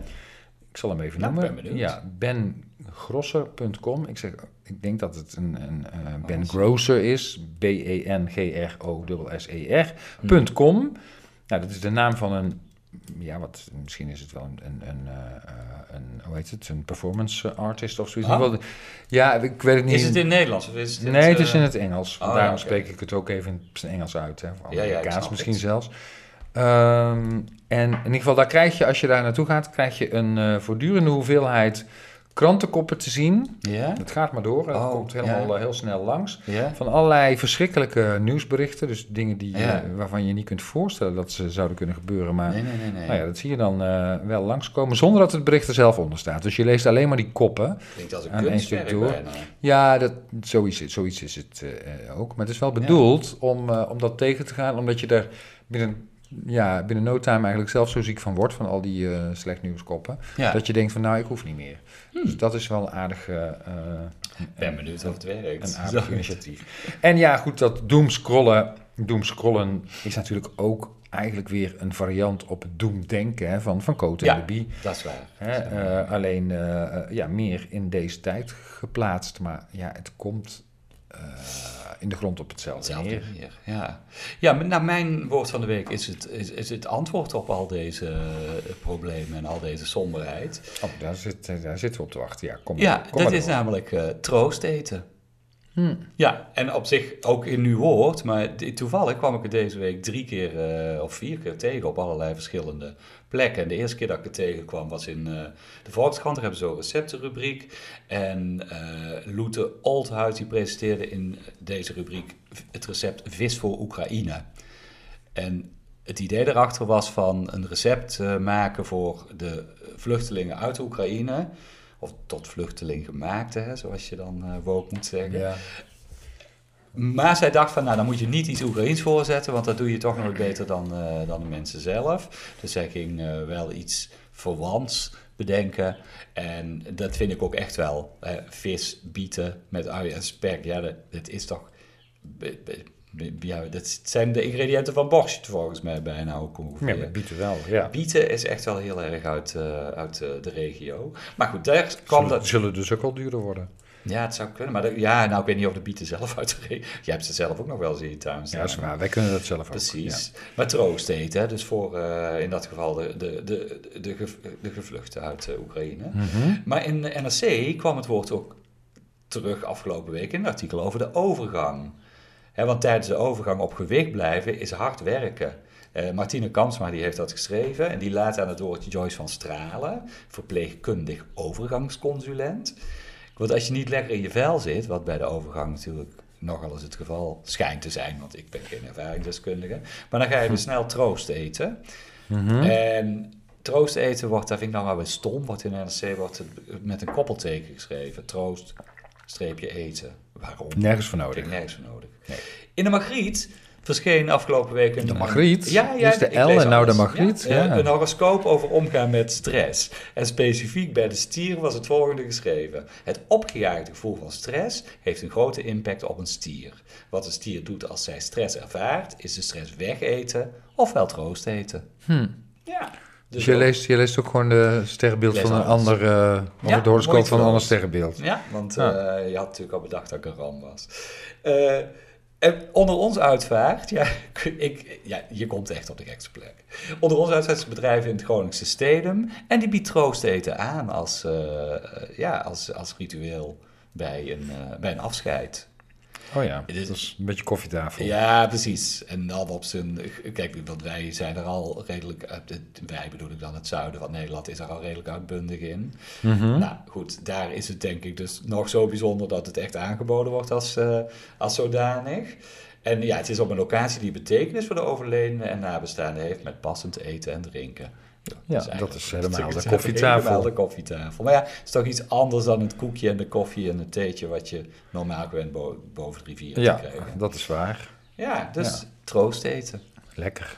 [SPEAKER 2] Ik zal hem even
[SPEAKER 1] Nou, ik ben
[SPEAKER 2] noemen.
[SPEAKER 1] benieuwd.
[SPEAKER 2] Ja, bengrosser.com. Ik, zeg, ik denk dat het een, een eh, Ben
[SPEAKER 1] Anders.
[SPEAKER 2] Grosser is. E
[SPEAKER 1] Hmm.
[SPEAKER 2] B-E-N-G-R-O-S-E-R.com. Nou, dat is de naam van een. Ja, wat, misschien is het wel een, een, een, eh, eh, een hoe heet het, een performance artist of zoiets.
[SPEAKER 1] Ah.
[SPEAKER 2] Wel, Ja, ik weet het niet.
[SPEAKER 1] Is het in Nederlands? Of is het,
[SPEAKER 2] nee, het
[SPEAKER 1] eh,
[SPEAKER 2] is in het Engels.
[SPEAKER 1] oh, ja,
[SPEAKER 2] Daarom
[SPEAKER 1] oké.
[SPEAKER 2] spreek ik het ook even in het Engels uit. Hè, of
[SPEAKER 1] Ja, ja, ik
[SPEAKER 2] Amerikaans
[SPEAKER 1] snap
[SPEAKER 2] misschien
[SPEAKER 1] het.
[SPEAKER 2] zelfs. Ehm, en in ieder geval, daar krijg je, als je daar naartoe gaat, krijg je een eh, voortdurende hoeveelheid krantenkoppen te zien.
[SPEAKER 1] Ja?
[SPEAKER 2] Het gaat maar door. Het
[SPEAKER 1] Oh,
[SPEAKER 2] komt helemaal
[SPEAKER 1] ja.
[SPEAKER 2] eh, heel snel langs.
[SPEAKER 1] Ja?
[SPEAKER 2] Van allerlei verschrikkelijke nieuwsberichten. Dus dingen die,
[SPEAKER 1] Ja.
[SPEAKER 2] eh, waarvan je niet kunt voorstellen dat ze zouden kunnen gebeuren. Maar
[SPEAKER 1] Nee, nee, nee. nee.
[SPEAKER 2] nou ja, dat zie je dan eh, wel langskomen zonder dat het bericht er zelf onder staat. Dus je leest alleen maar die koppen.
[SPEAKER 1] Klinkt als een
[SPEAKER 2] Aan één
[SPEAKER 1] kunstwerk
[SPEAKER 2] stuk door.
[SPEAKER 1] bijna.
[SPEAKER 2] Ja, dat, zoiets, is- zoiets is het eh, eh, ook. Maar het is wel bedoeld om, eh, om dat tegen te gaan, omdat je daar binnen, ja, binnen no time eigenlijk zelf zo ziek van wordt, van al die eh, slecht nieuwskoppen,
[SPEAKER 1] Ja, Hmm.
[SPEAKER 2] dat je denkt van nou, ik hoef niet meer. Dus dat is wel een aardig, eh, eh,
[SPEAKER 1] ik ben benieuwd of het werkt.
[SPEAKER 2] een
[SPEAKER 1] Zo.
[SPEAKER 2] aardig initiatief. En ja, goed, dat doomscrollen, doomscrollen is natuurlijk ook eigenlijk weer een variant op het doemdenken hè, van, van Cote
[SPEAKER 1] Ja.
[SPEAKER 2] en de Bie.
[SPEAKER 1] Dat is waar.
[SPEAKER 2] Hè, eh, alleen eh, eh, ja, meer in deze tijd geplaatst. Maar ja, het komt eh, in de grond op hetzelfde
[SPEAKER 1] Hetzelfde
[SPEAKER 2] neer.
[SPEAKER 1] hier, ja. Ja, maar nou, mijn woord van de week is het, is, is het antwoord op al deze eh, problemen en al deze somberheid.
[SPEAKER 2] Oh, daar, zit, eh, daar zitten we op te wachten. Ja, kom
[SPEAKER 1] Ja,
[SPEAKER 2] maar, kom
[SPEAKER 1] dat
[SPEAKER 2] maar
[SPEAKER 1] is
[SPEAKER 2] door.
[SPEAKER 1] namelijk eh, troost eten. Ja, en op zich ook in nu woord, maar di- toevallig kwam ik het deze week drie keer eh, of vier keer tegen op allerlei verschillende plekken. En de eerste keer dat ik het tegenkwam was in eh, de Volkskrant, daar hebben ze zo'n receptenrubriek. En eh Loete Oldhuis die presenteerde in deze rubriek v- het recept vis voor Oekraïne. En het idee daarachter was van een recept eh, maken voor de vluchtelingen uit Oekraïne. Of tot vluchteling gemaakt, hè, zoals je dan eh woke moet zeggen.
[SPEAKER 2] Ja.
[SPEAKER 1] Maar zij dacht van, nou dan moet je niet iets Oekraïens voorzetten, want dat doe je toch nooit beter dan, eh, dan de mensen zelf. Dus zij ging eh, wel iets verwants bedenken. En dat vind ik ook echt wel. eh, vis, bieten met ui en spek. Ja, dat, dat is toch... be- be- be- Ja, dat zijn de ingrediënten van borst volgens mij bijna ook ongeveer.
[SPEAKER 2] Ja, maar biedt er wel. Ja.
[SPEAKER 1] Bieten is echt wel heel erg uit, eh, uit eh, de regio. Maar goed, daar kwam
[SPEAKER 2] Zullen,
[SPEAKER 1] dat...
[SPEAKER 2] zullen dus ook wel duurder worden.
[SPEAKER 1] Ja, het zou kunnen. Maar dat- ja, nou, ik weet niet of de bieten zelf *laughs* uit de regio... Jij hebt ze zelf ook nog wel eens in je tuin
[SPEAKER 2] Ja,
[SPEAKER 1] staan.
[SPEAKER 2] dat is waar. Wij kunnen dat zelf ook.
[SPEAKER 1] Precies. Maar troost eten, hè? dus voor eh, in dat geval de, de, de, de, gev- de gevluchten uit eh, Oekraïne.
[SPEAKER 2] Hm. Mhm.
[SPEAKER 1] Maar in de NRC kwam het woord ook terug afgelopen week in een artikel over de overgang. Hè, want tijdens de overgang op gewicht blijven is hard werken. Eh, Martine Kamsma die heeft dat geschreven en die laat aan het woord Joyce van Stralen, verpleegkundig overgangsconsulent. Want als je niet lekker in je vel zit, wat bij de overgang natuurlijk nogal eens het geval schijnt te zijn, want ik ben geen ervaringsdeskundige, maar dan ga je dus snel troost eten. En troost eten wordt, daar vind ik nou wel weer stom, wordt in NRC wordt het met een koppelteken geschreven. Troost, streepje eten. Waarom?
[SPEAKER 2] Ja. Nergens voor
[SPEAKER 1] Vind
[SPEAKER 2] nodig.
[SPEAKER 1] ik nergens voor nodig. In de Magriet verscheen afgelopen week een...
[SPEAKER 2] De Magriet?
[SPEAKER 1] Ja, ja.
[SPEAKER 2] Dus de
[SPEAKER 1] ik
[SPEAKER 2] L
[SPEAKER 1] lees
[SPEAKER 2] en nou de
[SPEAKER 1] alles.
[SPEAKER 2] Magriet, ja.
[SPEAKER 1] eh, Een horoscoop over omgaan met stress. En specifiek bij de stier was het volgende geschreven. Het opgejaagde gevoel van stress heeft een grote impact op een stier. Wat een stier doet als zij stress ervaart, is de stress wegeten ofwel troost eten. Ja.
[SPEAKER 2] Hm. Dus je
[SPEAKER 1] ook-
[SPEAKER 2] leest, je leest ook gewoon de sterrenbeeld
[SPEAKER 1] Ik lees
[SPEAKER 2] van een
[SPEAKER 1] alles.
[SPEAKER 2] ander... eh, of
[SPEAKER 1] Ja,
[SPEAKER 2] het horoscoop
[SPEAKER 1] mooi
[SPEAKER 2] van een ander
[SPEAKER 1] trouwens.
[SPEAKER 2] sterrenbeeld.
[SPEAKER 1] Ja, want
[SPEAKER 2] Ja.
[SPEAKER 1] eh, je had natuurlijk al bedacht dat ik een ram was. Eh, en onder ons uitvaart, ja, *laughs* ik, ja, je komt echt op de gekste plek. Onder ons uitvaart is een bedrijf in het Groningse Stedum. En die biedt troosteten aan als, eh, eh, ja, als, als ritueel bij een, eh, bij een afscheid.
[SPEAKER 2] Oh ja, dat
[SPEAKER 1] Dit is-
[SPEAKER 2] is een beetje koffietafel.
[SPEAKER 1] Ja, precies. En dan op zijn. Kijk, want wij zijn er al redelijk. uit- het- Wij bedoel ik dan het zuiden van Nederland is er al redelijk uitbundig in.
[SPEAKER 2] Mhm.
[SPEAKER 1] Nou goed, daar is het denk ik dus nog zo bijzonder dat het echt aangeboden wordt als, eh, als zodanig. En ja, het is op een locatie die betekenis voor de overledene en nabestaanden heeft met passend eten en drinken. dus
[SPEAKER 2] Ja,
[SPEAKER 1] eigenlijk-
[SPEAKER 2] dat
[SPEAKER 1] *laughs*
[SPEAKER 2] is helemaal
[SPEAKER 1] dat
[SPEAKER 2] de
[SPEAKER 1] is
[SPEAKER 2] koffietafel.
[SPEAKER 1] helemaal de koffietafel. Maar ja, het is toch iets anders dan het koekje en de koffie en het theetje wat je normaal gewend bo- boven de rivier
[SPEAKER 2] Ja,
[SPEAKER 1] te krijgen.
[SPEAKER 2] dat is waar.
[SPEAKER 1] Ja, dus troost eten.
[SPEAKER 2] Nou, Lekker.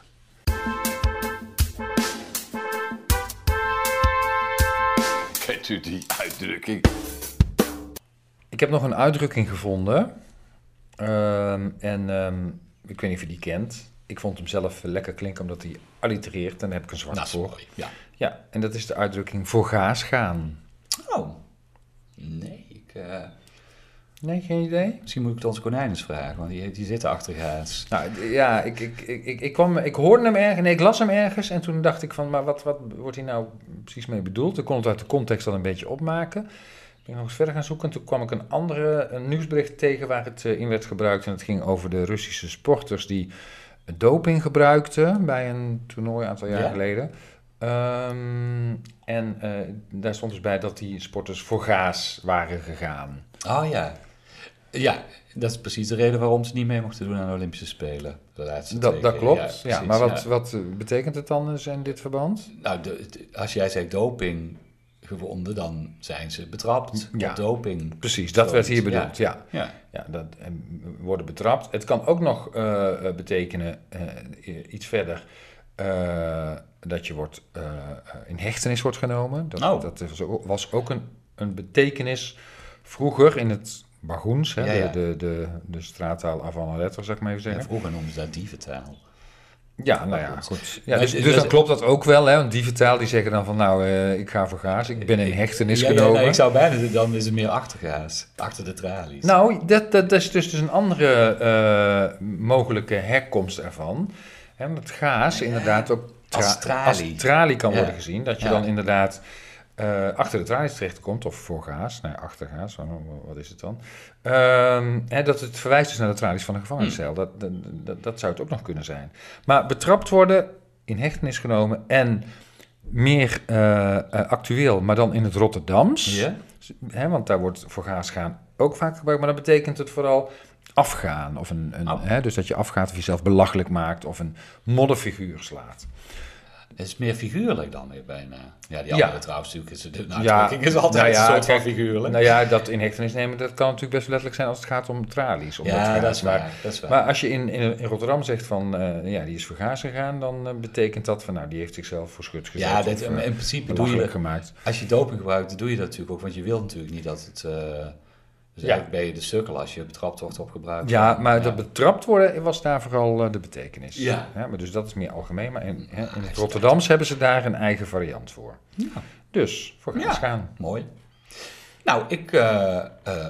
[SPEAKER 5] Kent u die uitdrukking?
[SPEAKER 2] Ik heb nog een uitdrukking gevonden. Ehm, en ehm, ik weet niet of je die kent. Ik vond hem zelf lekker klinken omdat hij allitereert. En daar heb ik een zwart
[SPEAKER 1] Nou,
[SPEAKER 2] voor.
[SPEAKER 1] sorry. Ja.
[SPEAKER 2] Ja, en dat is de uitdrukking voor gaas gaan.
[SPEAKER 1] Oh, nee. Ik, eh,
[SPEAKER 2] Nee, geen idee?
[SPEAKER 1] misschien moet ik het onze konijn eens vragen, want die, die zitten achter gaas.
[SPEAKER 2] Nou d- ja, ik, ik, ik, ik, ik kwam, ik hoorde hem ergens, nee, ik las hem ergens. En toen dacht ik van, maar wat, wat wordt hier nou precies mee bedoeld? Ik kon het uit de context al een beetje opmaken. Ik ben nog eens verder gaan zoeken. En toen kwam ik een andere een nieuwsbericht tegen waar het eh, in werd gebruikt. En het ging over de Russische sporters die doping gebruikten bij een toernooi een aantal jaar
[SPEAKER 1] Ja.
[SPEAKER 2] geleden. Ehm, en eh, daar stond dus bij dat die sporters voor gaas waren gegaan.
[SPEAKER 1] Oh ja. Ja, dat is precies de reden waarom ze niet mee mochten doen aan de Olympische Spelen. De laatste
[SPEAKER 2] Dat,
[SPEAKER 1] twee
[SPEAKER 2] dat
[SPEAKER 1] keer.
[SPEAKER 2] klopt. Ja,
[SPEAKER 1] precies,
[SPEAKER 2] maar wat,
[SPEAKER 1] ja.
[SPEAKER 2] wat eh, betekent het dan dus in dit verband?
[SPEAKER 1] Nou, de- de- als jij zegt doping gewonden, dan zijn ze betrapt
[SPEAKER 2] Ja.
[SPEAKER 1] op doping.
[SPEAKER 2] Precies, dat werd hier
[SPEAKER 1] Zoiets, ja.
[SPEAKER 2] bedoeld, ja.
[SPEAKER 1] Ja.
[SPEAKER 2] ja. dat, en worden betrapt. Het kan ook nog eh, eh, betekenen, eh, iets verder, eh, dat je wordt, eh, in hechtenis wordt genomen. Dat,
[SPEAKER 1] Oh.
[SPEAKER 2] dat was ook- was ook een, een betekenis vroeger in het Bagoens, hè,
[SPEAKER 1] Ja, ja.
[SPEAKER 2] De, de, de, de straattaal af van letter, zou ik maar even
[SPEAKER 1] Ja,
[SPEAKER 2] zeggen.
[SPEAKER 1] vroeger noemden ze dat dieventaal.
[SPEAKER 2] Ja, nou ja, goed. Ja,
[SPEAKER 1] Maar
[SPEAKER 2] dus
[SPEAKER 1] dit-
[SPEAKER 2] dus
[SPEAKER 1] dat-
[SPEAKER 2] dan klopt dat ook wel, hè? Want die vertaal die zeggen dan van, nou, eh, ik ga voor gaas, ik ben in hechtenis genomen.
[SPEAKER 1] nee, ik zou bijna zeggen, dan is het meer achtergaas. Achter de tralies.
[SPEAKER 2] Nou, dat, dat, dat is dus, dus een andere eh, mogelijke herkomst ervan. Hè, want gaas inderdaad ook tra-
[SPEAKER 1] Als tralie.
[SPEAKER 2] als tralie kan
[SPEAKER 1] Ja.
[SPEAKER 2] worden gezien. Dat je
[SPEAKER 1] Ja.
[SPEAKER 2] dan inderdaad eh, achter de tralies terechtkomt, of voor gaas, nou, ja, achter gaas, wa- wa- wat is het dan? Ehm, hè, dat het verwijst dus naar de tralies van een
[SPEAKER 1] Hmm.
[SPEAKER 2] gevangeniscel. Dat, dat, dat, dat zou het ook nog kunnen zijn. Maar betrapt worden, in hechtenis genomen en meer eh, eh, actueel, maar dan in het Rotterdams.
[SPEAKER 1] Ja?
[SPEAKER 2] Hè, want daar wordt voor gaas gaan ook vaak gebruikt. Maar dan betekent het vooral afgaan. Of een, een,
[SPEAKER 1] Oh.
[SPEAKER 2] hè, dus dat je afgaat of jezelf belachelijk maakt of een modderfiguur slaat.
[SPEAKER 1] Het is meer figuurlijk dan weer bijna. Ja, die
[SPEAKER 2] Ja.
[SPEAKER 1] andere trouwens natuurlijk. Is, de uitdrukking is altijd
[SPEAKER 2] nou ja,
[SPEAKER 1] een soort
[SPEAKER 2] kijk,
[SPEAKER 1] van figuurlijk.
[SPEAKER 2] Nou ja, dat in hechtenis nemen, dat kan natuurlijk best letterlijk zijn als het gaat om tralies. Of wat
[SPEAKER 1] ja,
[SPEAKER 2] gaat.
[SPEAKER 1] dat is
[SPEAKER 2] Maar-
[SPEAKER 1] waar. Dat is waar.
[SPEAKER 2] Maar als je in, in, in Rotterdam zegt van, eh, ja, die is voor gaas gegaan, dan eh, betekent dat van, nou, die heeft zichzelf voor schut gezet.
[SPEAKER 1] ja, dit,
[SPEAKER 2] of, eh,
[SPEAKER 1] in principe doe je
[SPEAKER 2] belachelijk
[SPEAKER 1] dat.
[SPEAKER 2] gemaakt.
[SPEAKER 1] Als je doping gebruikt, dan doe je dat natuurlijk ook, want je wilt natuurlijk niet dat het. eh, dus
[SPEAKER 2] Ja.
[SPEAKER 1] eigenlijk ben je de sukkel als je betrapt wordt op gebruik.
[SPEAKER 2] Ja,
[SPEAKER 1] van-
[SPEAKER 2] maar dat betrapt worden was daar vooral eh, de betekenis.
[SPEAKER 1] Ja. Ah,
[SPEAKER 2] maar dus dat is meer algemeen. Maar in, hè, in het Rotterdams hebben ze daar een eigen variant voor.
[SPEAKER 1] Ja.
[SPEAKER 2] Dus, voor gaan
[SPEAKER 1] Ja.
[SPEAKER 2] gaan.
[SPEAKER 1] Mooi. Nou, ik, eh, eh,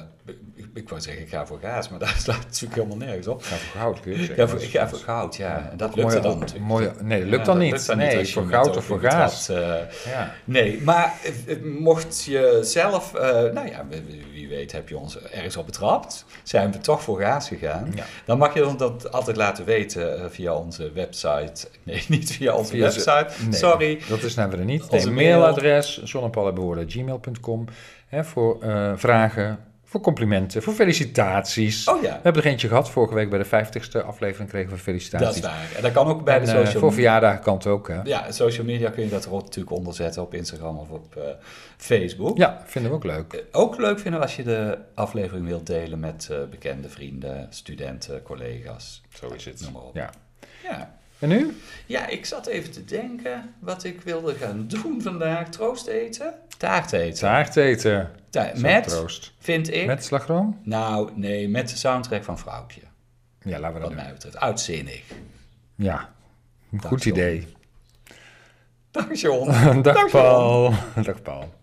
[SPEAKER 1] ik, ik wou zeggen, ik ga voor gaas, maar *laughs* daar slaat het natuurlijk helemaal nergens op.
[SPEAKER 2] Ga voor goud, kun je ook
[SPEAKER 1] Ik
[SPEAKER 2] zeggen.
[SPEAKER 1] ga voor, ik ga voor goud, ja. En dat lukt
[SPEAKER 2] Mooie
[SPEAKER 1] er dan
[SPEAKER 2] op-
[SPEAKER 1] natuurlijk.
[SPEAKER 2] mooie- nee, dat lukt
[SPEAKER 1] Ja,
[SPEAKER 2] dan niet.
[SPEAKER 1] lukt
[SPEAKER 2] nee,
[SPEAKER 1] als je
[SPEAKER 2] voor
[SPEAKER 1] met
[SPEAKER 2] goud of
[SPEAKER 1] doping
[SPEAKER 2] voor gaas.
[SPEAKER 1] betrapt, eh,
[SPEAKER 2] Ja.
[SPEAKER 1] Nee, maar eh, eh, mocht je zelf, eh, nou ja, wie wie weet heb je ons ergens op betrapt, zijn we toch voor gaas gegaan,
[SPEAKER 2] Ja.
[SPEAKER 1] dan mag je ons dat altijd laten weten eh, via onze website. Nee, *laughs* niet via onze
[SPEAKER 2] Via ze-
[SPEAKER 1] website,
[SPEAKER 2] Nee,
[SPEAKER 1] sorry.
[SPEAKER 2] Dat is nou weer niet. Nee,
[SPEAKER 1] Onze mail.
[SPEAKER 2] mailadres zonnepallenbehoorden.gmail.com hè, voor eh, vragen, voor complimenten, voor felicitaties.
[SPEAKER 1] Oh
[SPEAKER 2] We
[SPEAKER 1] ja,
[SPEAKER 2] hebben er eentje gehad vorige week bij de 50ste aflevering kregen we felicitaties.
[SPEAKER 1] dat is waar. En dat kan ook bij
[SPEAKER 2] En,
[SPEAKER 1] de
[SPEAKER 2] eh,
[SPEAKER 1] social
[SPEAKER 2] voor verjaardagen kan het ook, hè?
[SPEAKER 1] Ja, social media kun je dat er ook natuurlijk onder zetten op Instagram of op eh, Facebook.
[SPEAKER 2] Ja, vinden we ook leuk.
[SPEAKER 1] Eh, Ook leuk vinden we als je de aflevering wilt delen met eh, bekende vrienden, studenten, collega's.
[SPEAKER 2] Zo is het.
[SPEAKER 1] Noem maar op.
[SPEAKER 2] Ja.
[SPEAKER 1] ja.
[SPEAKER 2] En nu?
[SPEAKER 1] Ja, ik zat even te denken wat ik wilde gaan doen vandaag. Troost eten? Taart eten.
[SPEAKER 2] Taart eten.
[SPEAKER 1] Ta-
[SPEAKER 2] Zo
[SPEAKER 1] met,
[SPEAKER 2] troost.
[SPEAKER 1] vind ik...
[SPEAKER 2] Met slagroom?
[SPEAKER 1] Nou, nee, met de soundtrack van Vrouwtje.
[SPEAKER 2] Ja, laten we dat
[SPEAKER 1] Wat
[SPEAKER 2] doen.
[SPEAKER 1] mij betreft. Uitzinnig.
[SPEAKER 2] Oh, Ja, goed
[SPEAKER 1] John.
[SPEAKER 2] idee.
[SPEAKER 1] Dank John.
[SPEAKER 2] *laughs* Dag
[SPEAKER 1] John.
[SPEAKER 2] Paul. *laughs* Dag Paul.